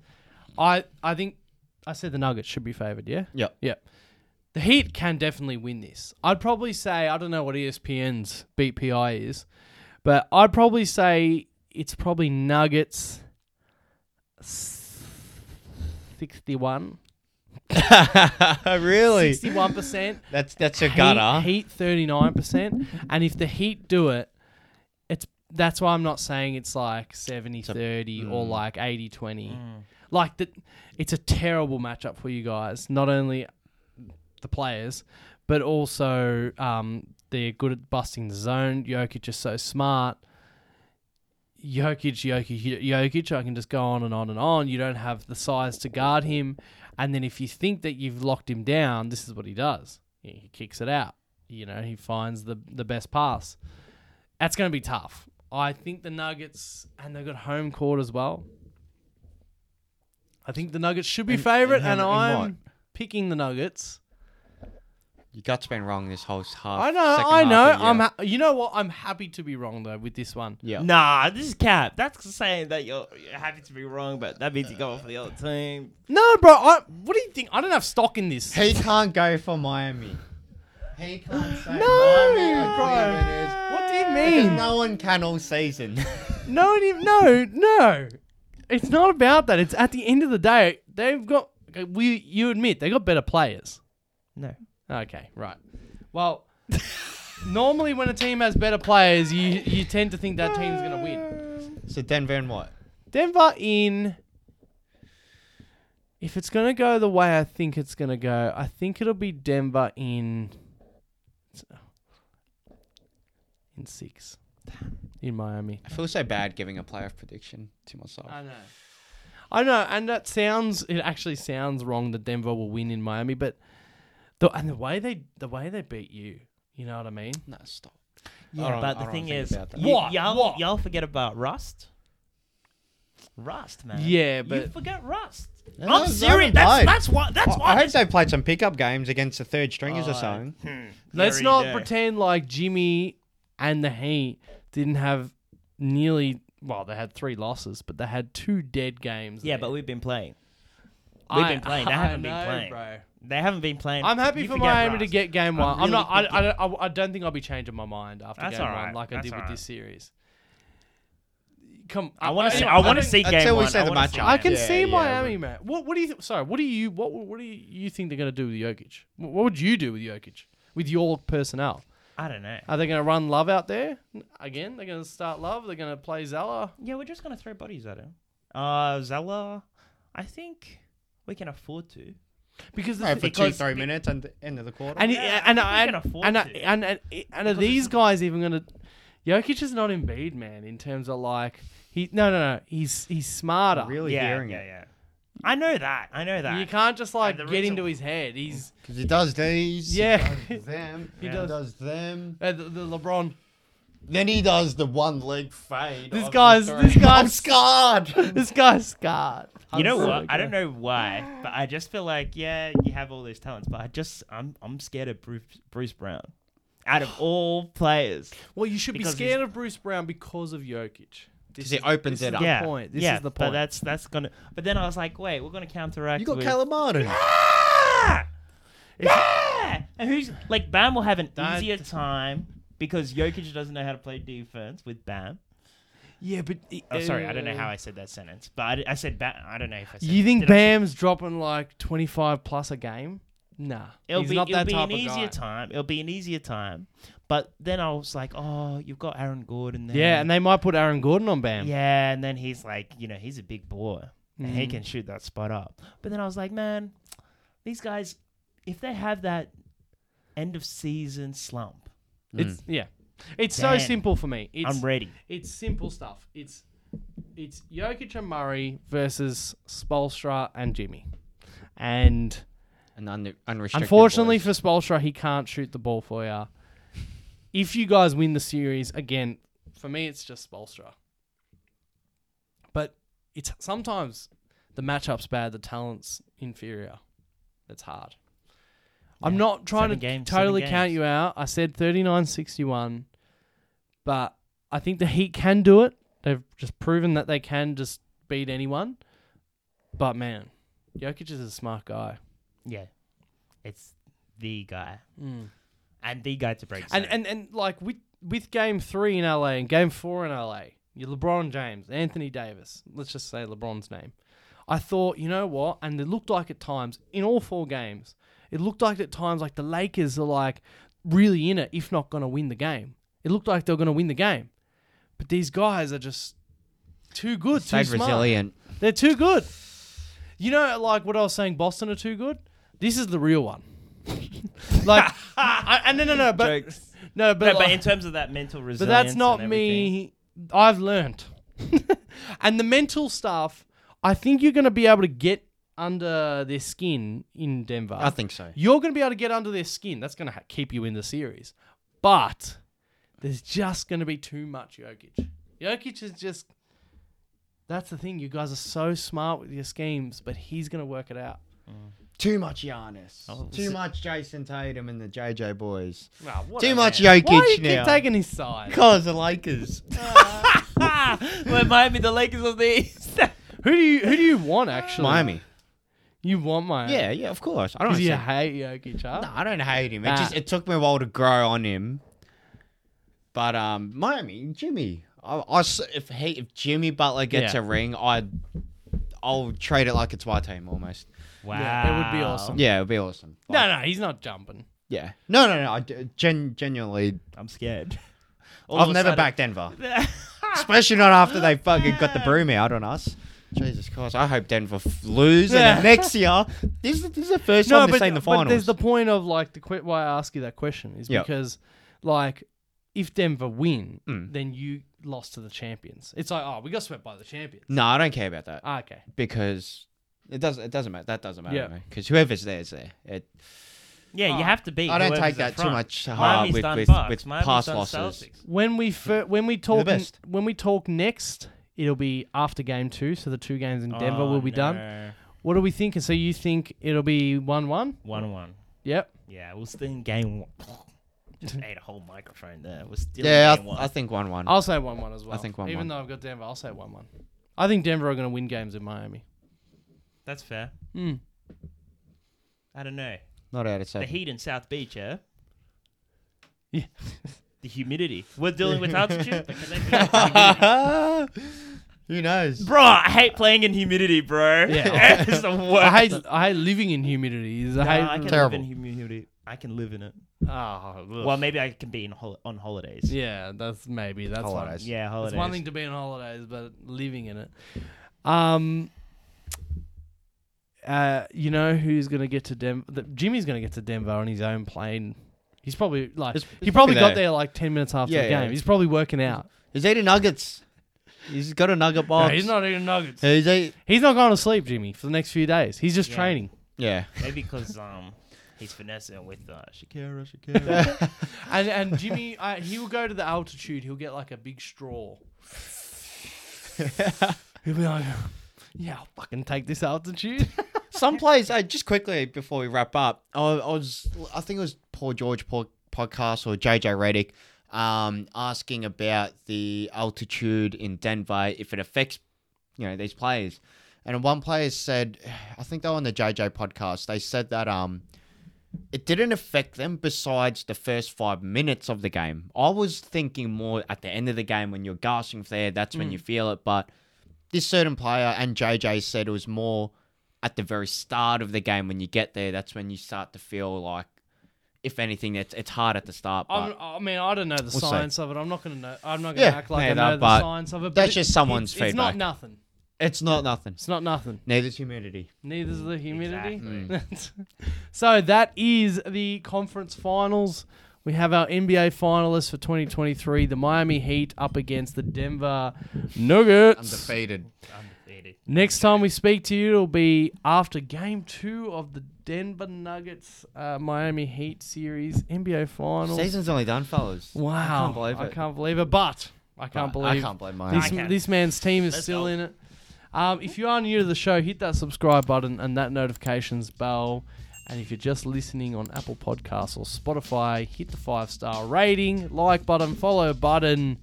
[SPEAKER 4] I I think I said the Nuggets should be favored. Yeah.
[SPEAKER 5] Yep.
[SPEAKER 4] Yep. The Heat can definitely win this. I'd probably say I don't know what E ESPN's BPI is, but I'd probably say it's probably Nuggets sixty-one.
[SPEAKER 5] really?
[SPEAKER 4] Sixty-one percent.
[SPEAKER 5] That's that's a gutter.
[SPEAKER 4] Heat, heat 39%. And if the Heat do it, it's that's why I'm not saying it's like 70 30
[SPEAKER 5] mm.
[SPEAKER 4] or like 80 20. Like that it's a terrible matchup for you guys, not only the players, but also um, they're good at busting the zone. Jokic is so smart. Jokic, Jokic, Jokic. I can just go on and on and on. You don't have the size to guard him. And then if you think that you've locked him down, this is what he does. He he kicks it out. You know, he finds the, the best pass. That's going to be tough. I think the Nuggets, and they've got home court as well. I think the Nuggets should be favourite,
[SPEAKER 5] and
[SPEAKER 4] and,
[SPEAKER 5] how- in
[SPEAKER 4] I'm
[SPEAKER 5] what?
[SPEAKER 4] picking the Nuggets.
[SPEAKER 5] Your gut's been wrong this whole half.
[SPEAKER 4] I know,
[SPEAKER 5] second
[SPEAKER 4] I
[SPEAKER 5] half
[SPEAKER 4] know.
[SPEAKER 5] of the
[SPEAKER 4] I'm.
[SPEAKER 5] year.
[SPEAKER 4] Ha- you know what? I'm happy to be wrong though with this one.
[SPEAKER 5] yeah.
[SPEAKER 3] Nah, this is cap. That's saying that you're, you're happy to be wrong, but that means you're going for the other team.
[SPEAKER 4] No, bro. I, what do you think? I don't have stock in this.
[SPEAKER 5] He can't go for Miami. He can't say
[SPEAKER 4] No,
[SPEAKER 5] Miami are
[SPEAKER 4] bro.
[SPEAKER 5] team it is.
[SPEAKER 4] What do you
[SPEAKER 5] Because
[SPEAKER 4] mean?
[SPEAKER 5] No one can all season.
[SPEAKER 4] No, it ain't- no, no. It's not about that. It's at the end of the day, they've got. okay, We, you admit they got better players.
[SPEAKER 3] No.
[SPEAKER 4] Okay, right. Well, normally when a team has better players, you you tend to think that team's gonna win.
[SPEAKER 5] so Denver and what?
[SPEAKER 4] Denver in. If it's gonna go the way I think it's gonna go, I think it'll be Denver in. In six, in Miami.
[SPEAKER 5] I feel so bad giving a playoff prediction to myself.
[SPEAKER 4] I know. I know, and that sounds it actually sounds wrong that Denver will win in Miami, but the and the way they the way they beat you, you know what I mean?
[SPEAKER 5] no, stop. I
[SPEAKER 3] Yeah,
[SPEAKER 5] don't-
[SPEAKER 3] but
[SPEAKER 5] I
[SPEAKER 3] the
[SPEAKER 5] don't
[SPEAKER 3] thing
[SPEAKER 5] think
[SPEAKER 3] is,
[SPEAKER 5] about that.
[SPEAKER 3] you,
[SPEAKER 4] What?
[SPEAKER 3] Y'all,
[SPEAKER 4] What?
[SPEAKER 3] y'all forget about Rust. Rust, man.
[SPEAKER 4] Yeah,
[SPEAKER 3] you
[SPEAKER 4] but-
[SPEAKER 3] forget Rust.
[SPEAKER 5] No,
[SPEAKER 3] I'm
[SPEAKER 5] no,
[SPEAKER 3] serious.
[SPEAKER 5] no.
[SPEAKER 3] That's, that's why. That's
[SPEAKER 5] I,
[SPEAKER 3] why.
[SPEAKER 5] I hope they played some pickup games against the third stringers or
[SPEAKER 3] Oh,
[SPEAKER 5] something.
[SPEAKER 4] Let's
[SPEAKER 3] Very
[SPEAKER 4] not
[SPEAKER 3] day.
[SPEAKER 4] pretend like Jimmy and the Heat didn't have nearly well, they had three losses, but they had two dead games.
[SPEAKER 3] Yeah,
[SPEAKER 4] there.
[SPEAKER 3] but we've been playing. We've been playing. They haven't been playing.
[SPEAKER 4] Bro.
[SPEAKER 3] They haven't been playing.
[SPEAKER 4] I'm happy
[SPEAKER 3] You
[SPEAKER 4] for
[SPEAKER 3] forget
[SPEAKER 4] Miami to
[SPEAKER 3] Rust.
[SPEAKER 4] get
[SPEAKER 3] I'm
[SPEAKER 4] game one. I'm,
[SPEAKER 3] really
[SPEAKER 4] not. I,
[SPEAKER 3] thinking-
[SPEAKER 4] I, don't- I, I don't think I'll be changing my mind after
[SPEAKER 3] That's
[SPEAKER 4] game
[SPEAKER 3] all right.
[SPEAKER 4] one, like I
[SPEAKER 3] That's
[SPEAKER 4] did
[SPEAKER 3] all
[SPEAKER 4] with
[SPEAKER 3] right.
[SPEAKER 4] this series. Come,
[SPEAKER 3] I want to see.
[SPEAKER 4] don't-
[SPEAKER 3] I want to
[SPEAKER 4] don't-
[SPEAKER 3] see game
[SPEAKER 5] until we
[SPEAKER 3] one.
[SPEAKER 5] say
[SPEAKER 3] I
[SPEAKER 5] the
[SPEAKER 3] wanna see
[SPEAKER 5] matchup.
[SPEAKER 3] game
[SPEAKER 4] I can
[SPEAKER 5] Yeah,
[SPEAKER 4] see
[SPEAKER 5] yeah,
[SPEAKER 4] Miami, man. What, what do you? Th- sorry, what do you? What? What do you, you think they're going to do with Jokic? What, what would you do with Jokic? With your personnel,
[SPEAKER 3] I don't know.
[SPEAKER 4] are they going to run Love out there again? They're going to start Love. They're going to play Zeller.
[SPEAKER 3] Yeah, we're just gonna throw bodies at him. Uh, Zella, I think we can afford to.
[SPEAKER 4] Because the
[SPEAKER 1] Right,
[SPEAKER 4] thi-
[SPEAKER 1] for two,
[SPEAKER 4] because-
[SPEAKER 1] three minutes and the end of the quarter.
[SPEAKER 4] and
[SPEAKER 3] Yeah,
[SPEAKER 4] and
[SPEAKER 3] I
[SPEAKER 4] and
[SPEAKER 3] think we can afford
[SPEAKER 4] and, and,
[SPEAKER 3] to.
[SPEAKER 4] and, and, and are these guys even gonna? Jokic is not Embiid, man. In terms of like he no no no he's he's smarter.
[SPEAKER 5] really
[SPEAKER 3] yeah,
[SPEAKER 5] hearing
[SPEAKER 3] yeah,
[SPEAKER 5] it.
[SPEAKER 3] yeah. I know that. I know that.
[SPEAKER 4] You can't just like
[SPEAKER 3] the
[SPEAKER 4] get
[SPEAKER 3] reason-
[SPEAKER 4] into his head. He's
[SPEAKER 5] Because he does these.
[SPEAKER 4] yeah.
[SPEAKER 5] Them.
[SPEAKER 4] He does.
[SPEAKER 5] them.
[SPEAKER 4] Uh, the, the LeBron.
[SPEAKER 5] Then he does the one leg fade.
[SPEAKER 4] This
[SPEAKER 5] of the
[SPEAKER 4] guy's-
[SPEAKER 5] three.
[SPEAKER 4] this
[SPEAKER 5] I'm
[SPEAKER 4] guy's-
[SPEAKER 5] scarred.
[SPEAKER 4] This guy's scarred.
[SPEAKER 3] You know
[SPEAKER 4] I'm
[SPEAKER 3] what?
[SPEAKER 4] so
[SPEAKER 3] I don't know why, but I just feel like yeah, you have all those talents, but I just I'm I'm scared of Bruce Bruce Brown. Out of all players,
[SPEAKER 4] Well, you should
[SPEAKER 3] Because
[SPEAKER 4] be
[SPEAKER 3] he's-
[SPEAKER 4] scared of Bruce Brown because of Jokic.
[SPEAKER 5] Because
[SPEAKER 4] This
[SPEAKER 5] he opens it up.
[SPEAKER 3] yeah,
[SPEAKER 4] point. This
[SPEAKER 3] yeah,
[SPEAKER 4] is the
[SPEAKER 3] But
[SPEAKER 4] point.
[SPEAKER 3] that's that's gonna. But then I was like, wait, we're gonna counteract.
[SPEAKER 5] You got
[SPEAKER 3] with...
[SPEAKER 5] Caleb Martin.
[SPEAKER 3] Ah! Yeah! And who's like Bam will have an
[SPEAKER 5] Don't-
[SPEAKER 3] easier time because Jokic doesn't know how to play defense with Bam.
[SPEAKER 4] Yeah, but uh,
[SPEAKER 3] Oh, sorry, I don't know how I said that sentence, but I, I said Bam. I don't know if I said.
[SPEAKER 4] You think
[SPEAKER 3] did I say-
[SPEAKER 4] Bam's dropping like twenty five plus a game? Nah,
[SPEAKER 3] It'll
[SPEAKER 4] he's
[SPEAKER 3] be,
[SPEAKER 4] not
[SPEAKER 3] it'll
[SPEAKER 4] that
[SPEAKER 3] be
[SPEAKER 4] type
[SPEAKER 3] an
[SPEAKER 4] of
[SPEAKER 3] easier
[SPEAKER 4] guy.
[SPEAKER 3] time. It'll be an easier time. But then I was like, oh, you've got Aaron Gordon there.
[SPEAKER 4] Yeah, and they might put Aaron Gordon on Bam.
[SPEAKER 3] yeah, and then he's like, you know, he's a big boy and he can shoot that spot up. But then I was like, man, these guys, if they have that end of season slump,
[SPEAKER 4] It's yeah. It's
[SPEAKER 3] Mm. Damn.
[SPEAKER 4] so simple for me. It's
[SPEAKER 3] I'm ready.
[SPEAKER 4] it's simple stuff. It's it's Jokic and Murray versus Spolstra and Jimmy. And
[SPEAKER 5] An un- unrestricted.
[SPEAKER 4] unfortunately
[SPEAKER 5] voice.
[SPEAKER 4] for Spolstra, he can't shoot the ball for you. If you guys win the series, again, for me it's just Spolstra. But it's sometimes the matchup's bad, the talent's inferior. It's hard. I'm
[SPEAKER 3] Yeah.
[SPEAKER 4] not trying
[SPEAKER 3] Seven
[SPEAKER 4] to
[SPEAKER 3] games,
[SPEAKER 4] totally
[SPEAKER 3] seven
[SPEAKER 4] count
[SPEAKER 3] games.
[SPEAKER 4] you out. I said 39-61, but I think the Heat can do it. They've just proven that they can just beat anyone. But man, Jokic is a smart guy.
[SPEAKER 3] Yeah. It's the guy. And the guy to break. Zion.
[SPEAKER 4] And and and like with with game 3 in LA and game 4 in LA, you LeBron James, Anthony Davis, let's just say LeBron's name. I thought, you know what? And it looked like at times in all four games, it looked like at times like the Lakers are like really in it if not going to win the game. It looked like they were going to win the game. But these guys are just too good, too
[SPEAKER 5] Stayed
[SPEAKER 4] smart.
[SPEAKER 5] resilient.
[SPEAKER 4] They're too good. You know, like what I was saying, Boston are too good. This is the real one. like, I, and no, no, no, but
[SPEAKER 3] Jokes.
[SPEAKER 4] no, but,
[SPEAKER 3] No, but
[SPEAKER 4] like-
[SPEAKER 3] in terms of that mental
[SPEAKER 4] but
[SPEAKER 3] resilience,
[SPEAKER 4] that's not
[SPEAKER 3] and everything-
[SPEAKER 4] me. I've learned, and the mental stuff. I think you're going to be able to get under their skin in Denver.
[SPEAKER 5] I think so.
[SPEAKER 4] You're going to be able to get under their skin. That's going to ha- keep you in the series. But there's just going to be too much Jokic. Jokic is just. That's the thing. You guys are so smart with your schemes, but he's going to work it out.
[SPEAKER 5] Too much Giannis.
[SPEAKER 3] Oh,
[SPEAKER 5] Too
[SPEAKER 3] s-
[SPEAKER 5] much Jason Tatum and the JJ boys.
[SPEAKER 4] Wow, what
[SPEAKER 5] Too
[SPEAKER 4] a
[SPEAKER 5] much
[SPEAKER 4] man.
[SPEAKER 5] Jokic
[SPEAKER 4] Why do you
[SPEAKER 5] now.
[SPEAKER 4] keep taking his side?
[SPEAKER 5] Cause the Lakers.
[SPEAKER 3] well, Miami, the Lakers of the East.
[SPEAKER 4] Who do you who do you want actually?
[SPEAKER 5] Miami.
[SPEAKER 4] You want Miami?
[SPEAKER 5] Yeah, yeah, of course. I don't.
[SPEAKER 4] Because you
[SPEAKER 5] Yeah.
[SPEAKER 4] hate Jokic, huh?
[SPEAKER 5] I don't hate him. It
[SPEAKER 4] Nah.
[SPEAKER 5] just it took me a while to grow on him. But um, Miami, Jimmy. I, I s- if he if Jimmy Butler gets
[SPEAKER 4] Yeah.
[SPEAKER 5] a ring, I would I'll trade it like it's my team almost.
[SPEAKER 3] Wow,
[SPEAKER 4] Yeah, it would be awesome.
[SPEAKER 5] Yeah, it'd be awesome.
[SPEAKER 4] Oh. No, no, he's not jumping.
[SPEAKER 5] Yeah. No, no, no. I d- gen- genuinely,
[SPEAKER 3] I'm scared.
[SPEAKER 5] I've never backed Denver, especially not after they fucking got the broom out on us. Jesus Christ! I hope Denver f- lose, and then next year this, this is the first time they
[SPEAKER 4] but,
[SPEAKER 5] stay in the
[SPEAKER 4] but
[SPEAKER 5] finals.
[SPEAKER 4] there's the point of like the que- why I ask you that question is
[SPEAKER 5] Yeah.
[SPEAKER 4] because like if Denver win,
[SPEAKER 5] Mm.
[SPEAKER 4] then you lost to the champions. It's like oh, we got swept by the champions.
[SPEAKER 5] no, I don't care about that.
[SPEAKER 4] Ah, okay,
[SPEAKER 5] because it doesn't it doesn't matter that doesn't matter
[SPEAKER 4] Yeah.
[SPEAKER 5] to me because whoever's there is there. It,
[SPEAKER 3] Yeah, you have to beat.
[SPEAKER 5] I don't
[SPEAKER 3] whoever's
[SPEAKER 5] take
[SPEAKER 3] in
[SPEAKER 5] that too
[SPEAKER 3] front.
[SPEAKER 5] much to heart
[SPEAKER 3] Miami's
[SPEAKER 5] with
[SPEAKER 3] done
[SPEAKER 5] with,
[SPEAKER 3] Bucks.
[SPEAKER 5] with
[SPEAKER 3] Miami's
[SPEAKER 5] past
[SPEAKER 3] done
[SPEAKER 5] losses.
[SPEAKER 3] Celtics.
[SPEAKER 4] when we fir- when we talk n-
[SPEAKER 5] best.
[SPEAKER 4] when we talk next, it'll be after game two. So the two games in Denver
[SPEAKER 3] Oh,
[SPEAKER 4] will be done.
[SPEAKER 3] no.
[SPEAKER 4] What are we thinking? So you think it'll be one one?
[SPEAKER 3] One one.
[SPEAKER 4] Yep.
[SPEAKER 3] Yeah, we're still in game one. Just ate a whole microphone there. We're still
[SPEAKER 5] Yeah, I,
[SPEAKER 3] in game one.
[SPEAKER 5] I think one one.
[SPEAKER 4] I'll say one one as well.
[SPEAKER 5] think 1-1.
[SPEAKER 4] Even though I've got Denver, I'll say one one. I think Denver are going to win games in Miami.
[SPEAKER 3] That's fair.
[SPEAKER 4] Mm.
[SPEAKER 3] I don't know.
[SPEAKER 5] Not out of
[SPEAKER 3] The
[SPEAKER 5] seven.
[SPEAKER 3] heat in South Beach, yeah.
[SPEAKER 4] Yeah.
[SPEAKER 3] The humidity. We're dealing with altitude. but can they deal with humidity?
[SPEAKER 5] Who knows?
[SPEAKER 3] bro, I hate playing in humidity, bro.
[SPEAKER 4] Yeah.
[SPEAKER 3] it's the
[SPEAKER 4] I
[SPEAKER 3] worst.
[SPEAKER 4] hate I hate living in humidity. I
[SPEAKER 3] Nah,
[SPEAKER 4] hate
[SPEAKER 3] I can
[SPEAKER 5] Terrible.
[SPEAKER 3] live in humidity. I can live in it.
[SPEAKER 4] Oh,
[SPEAKER 3] Well, maybe I can be in hol- on holidays.
[SPEAKER 4] yeah, that's maybe that's one-
[SPEAKER 5] Holidays.
[SPEAKER 3] Yeah,
[SPEAKER 4] It's
[SPEAKER 3] holidays.
[SPEAKER 4] one thing to be on holidays, but living in it. Um, Uh, you know who's going to get to Denver? Jimmy's going to get to Denver on his own plane. He's probably like
[SPEAKER 5] It's-
[SPEAKER 4] he
[SPEAKER 5] it's probably
[SPEAKER 4] probably got
[SPEAKER 5] there.
[SPEAKER 4] there like ten minutes after
[SPEAKER 5] Yeah,
[SPEAKER 4] the
[SPEAKER 5] yeah.
[SPEAKER 4] game. He's probably working out.
[SPEAKER 5] He's eating nuggets. He's got a nugget
[SPEAKER 4] No,
[SPEAKER 5] box.
[SPEAKER 4] he's not eating nuggets.
[SPEAKER 5] He's eat-
[SPEAKER 4] He's not going to sleep, Jimmy, for the next few days. He's just
[SPEAKER 3] Yeah.
[SPEAKER 4] training.
[SPEAKER 5] yeah.
[SPEAKER 3] Maybe because um, he's finessing with uh, Shakira.
[SPEAKER 4] And and Jimmy, uh, he will go to the altitude. He'll get like a big straw. He'll be like, "Yeah, I'll fucking take this altitude."
[SPEAKER 5] Some players, uh, just quickly before we wrap up, I, I was, I think it was Paul George po- podcast or JJ Reddick, um, asking about the altitude in Denver if it affects, you know, these players, and one player said, I think they were on the JJ podcast, they said that um, it didn't affect them besides the first five minutes of the game. I was thinking more at the end of the game when you're gasping for air, that's
[SPEAKER 4] Mm.
[SPEAKER 5] when you feel it, but this certain player and JJ said it was more at the very start of the game when you get there. That's when you start to feel like, if anything, it's it's hard at the start.
[SPEAKER 4] I'm,
[SPEAKER 5] But
[SPEAKER 4] I mean, I don't know the
[SPEAKER 5] We'll see.
[SPEAKER 4] science of it. I'm not gonna know. I'm not gonna
[SPEAKER 5] Yeah,
[SPEAKER 4] act like
[SPEAKER 5] neither,
[SPEAKER 4] I know the
[SPEAKER 5] but
[SPEAKER 4] science of it.
[SPEAKER 5] that's
[SPEAKER 4] it-
[SPEAKER 5] just someone's
[SPEAKER 4] it's, It's not
[SPEAKER 5] feedback.
[SPEAKER 4] nothing.
[SPEAKER 5] it's not nothing.
[SPEAKER 4] It's not nothing.
[SPEAKER 5] Neither's humidity.
[SPEAKER 4] Neither's the humidity.
[SPEAKER 3] Exactly.
[SPEAKER 4] so that is the conference finals. We have our NBA finalists for 2023. The Miami Heat up against the Denver Nuggets.
[SPEAKER 1] Undefeated.
[SPEAKER 3] Undefeated.
[SPEAKER 4] Next time we speak to you, it'll be after game two of the Denver Nuggets uh, Miami Heat series NBA finals.
[SPEAKER 5] Season's only done, fellas.
[SPEAKER 4] Wow.
[SPEAKER 5] I can't believe
[SPEAKER 4] I
[SPEAKER 5] it.
[SPEAKER 4] can't believe it, but I can't
[SPEAKER 5] But
[SPEAKER 4] believe
[SPEAKER 5] I can't blame mine.
[SPEAKER 4] this,
[SPEAKER 3] I can.
[SPEAKER 4] this man's team is
[SPEAKER 3] Let's
[SPEAKER 4] still
[SPEAKER 3] go.
[SPEAKER 4] in it. Um, if you are new to the show, hit that subscribe button and that notifications bell. And if you're just listening on Apple Podcasts or Spotify, hit the five star rating, like button, follow button.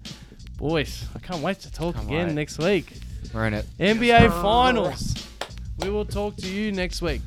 [SPEAKER 4] Boys, I can't wait to talk
[SPEAKER 5] Can't
[SPEAKER 4] again
[SPEAKER 5] wait.
[SPEAKER 4] next week.
[SPEAKER 5] We're in it.
[SPEAKER 4] NBA Finals. We will talk to you next week.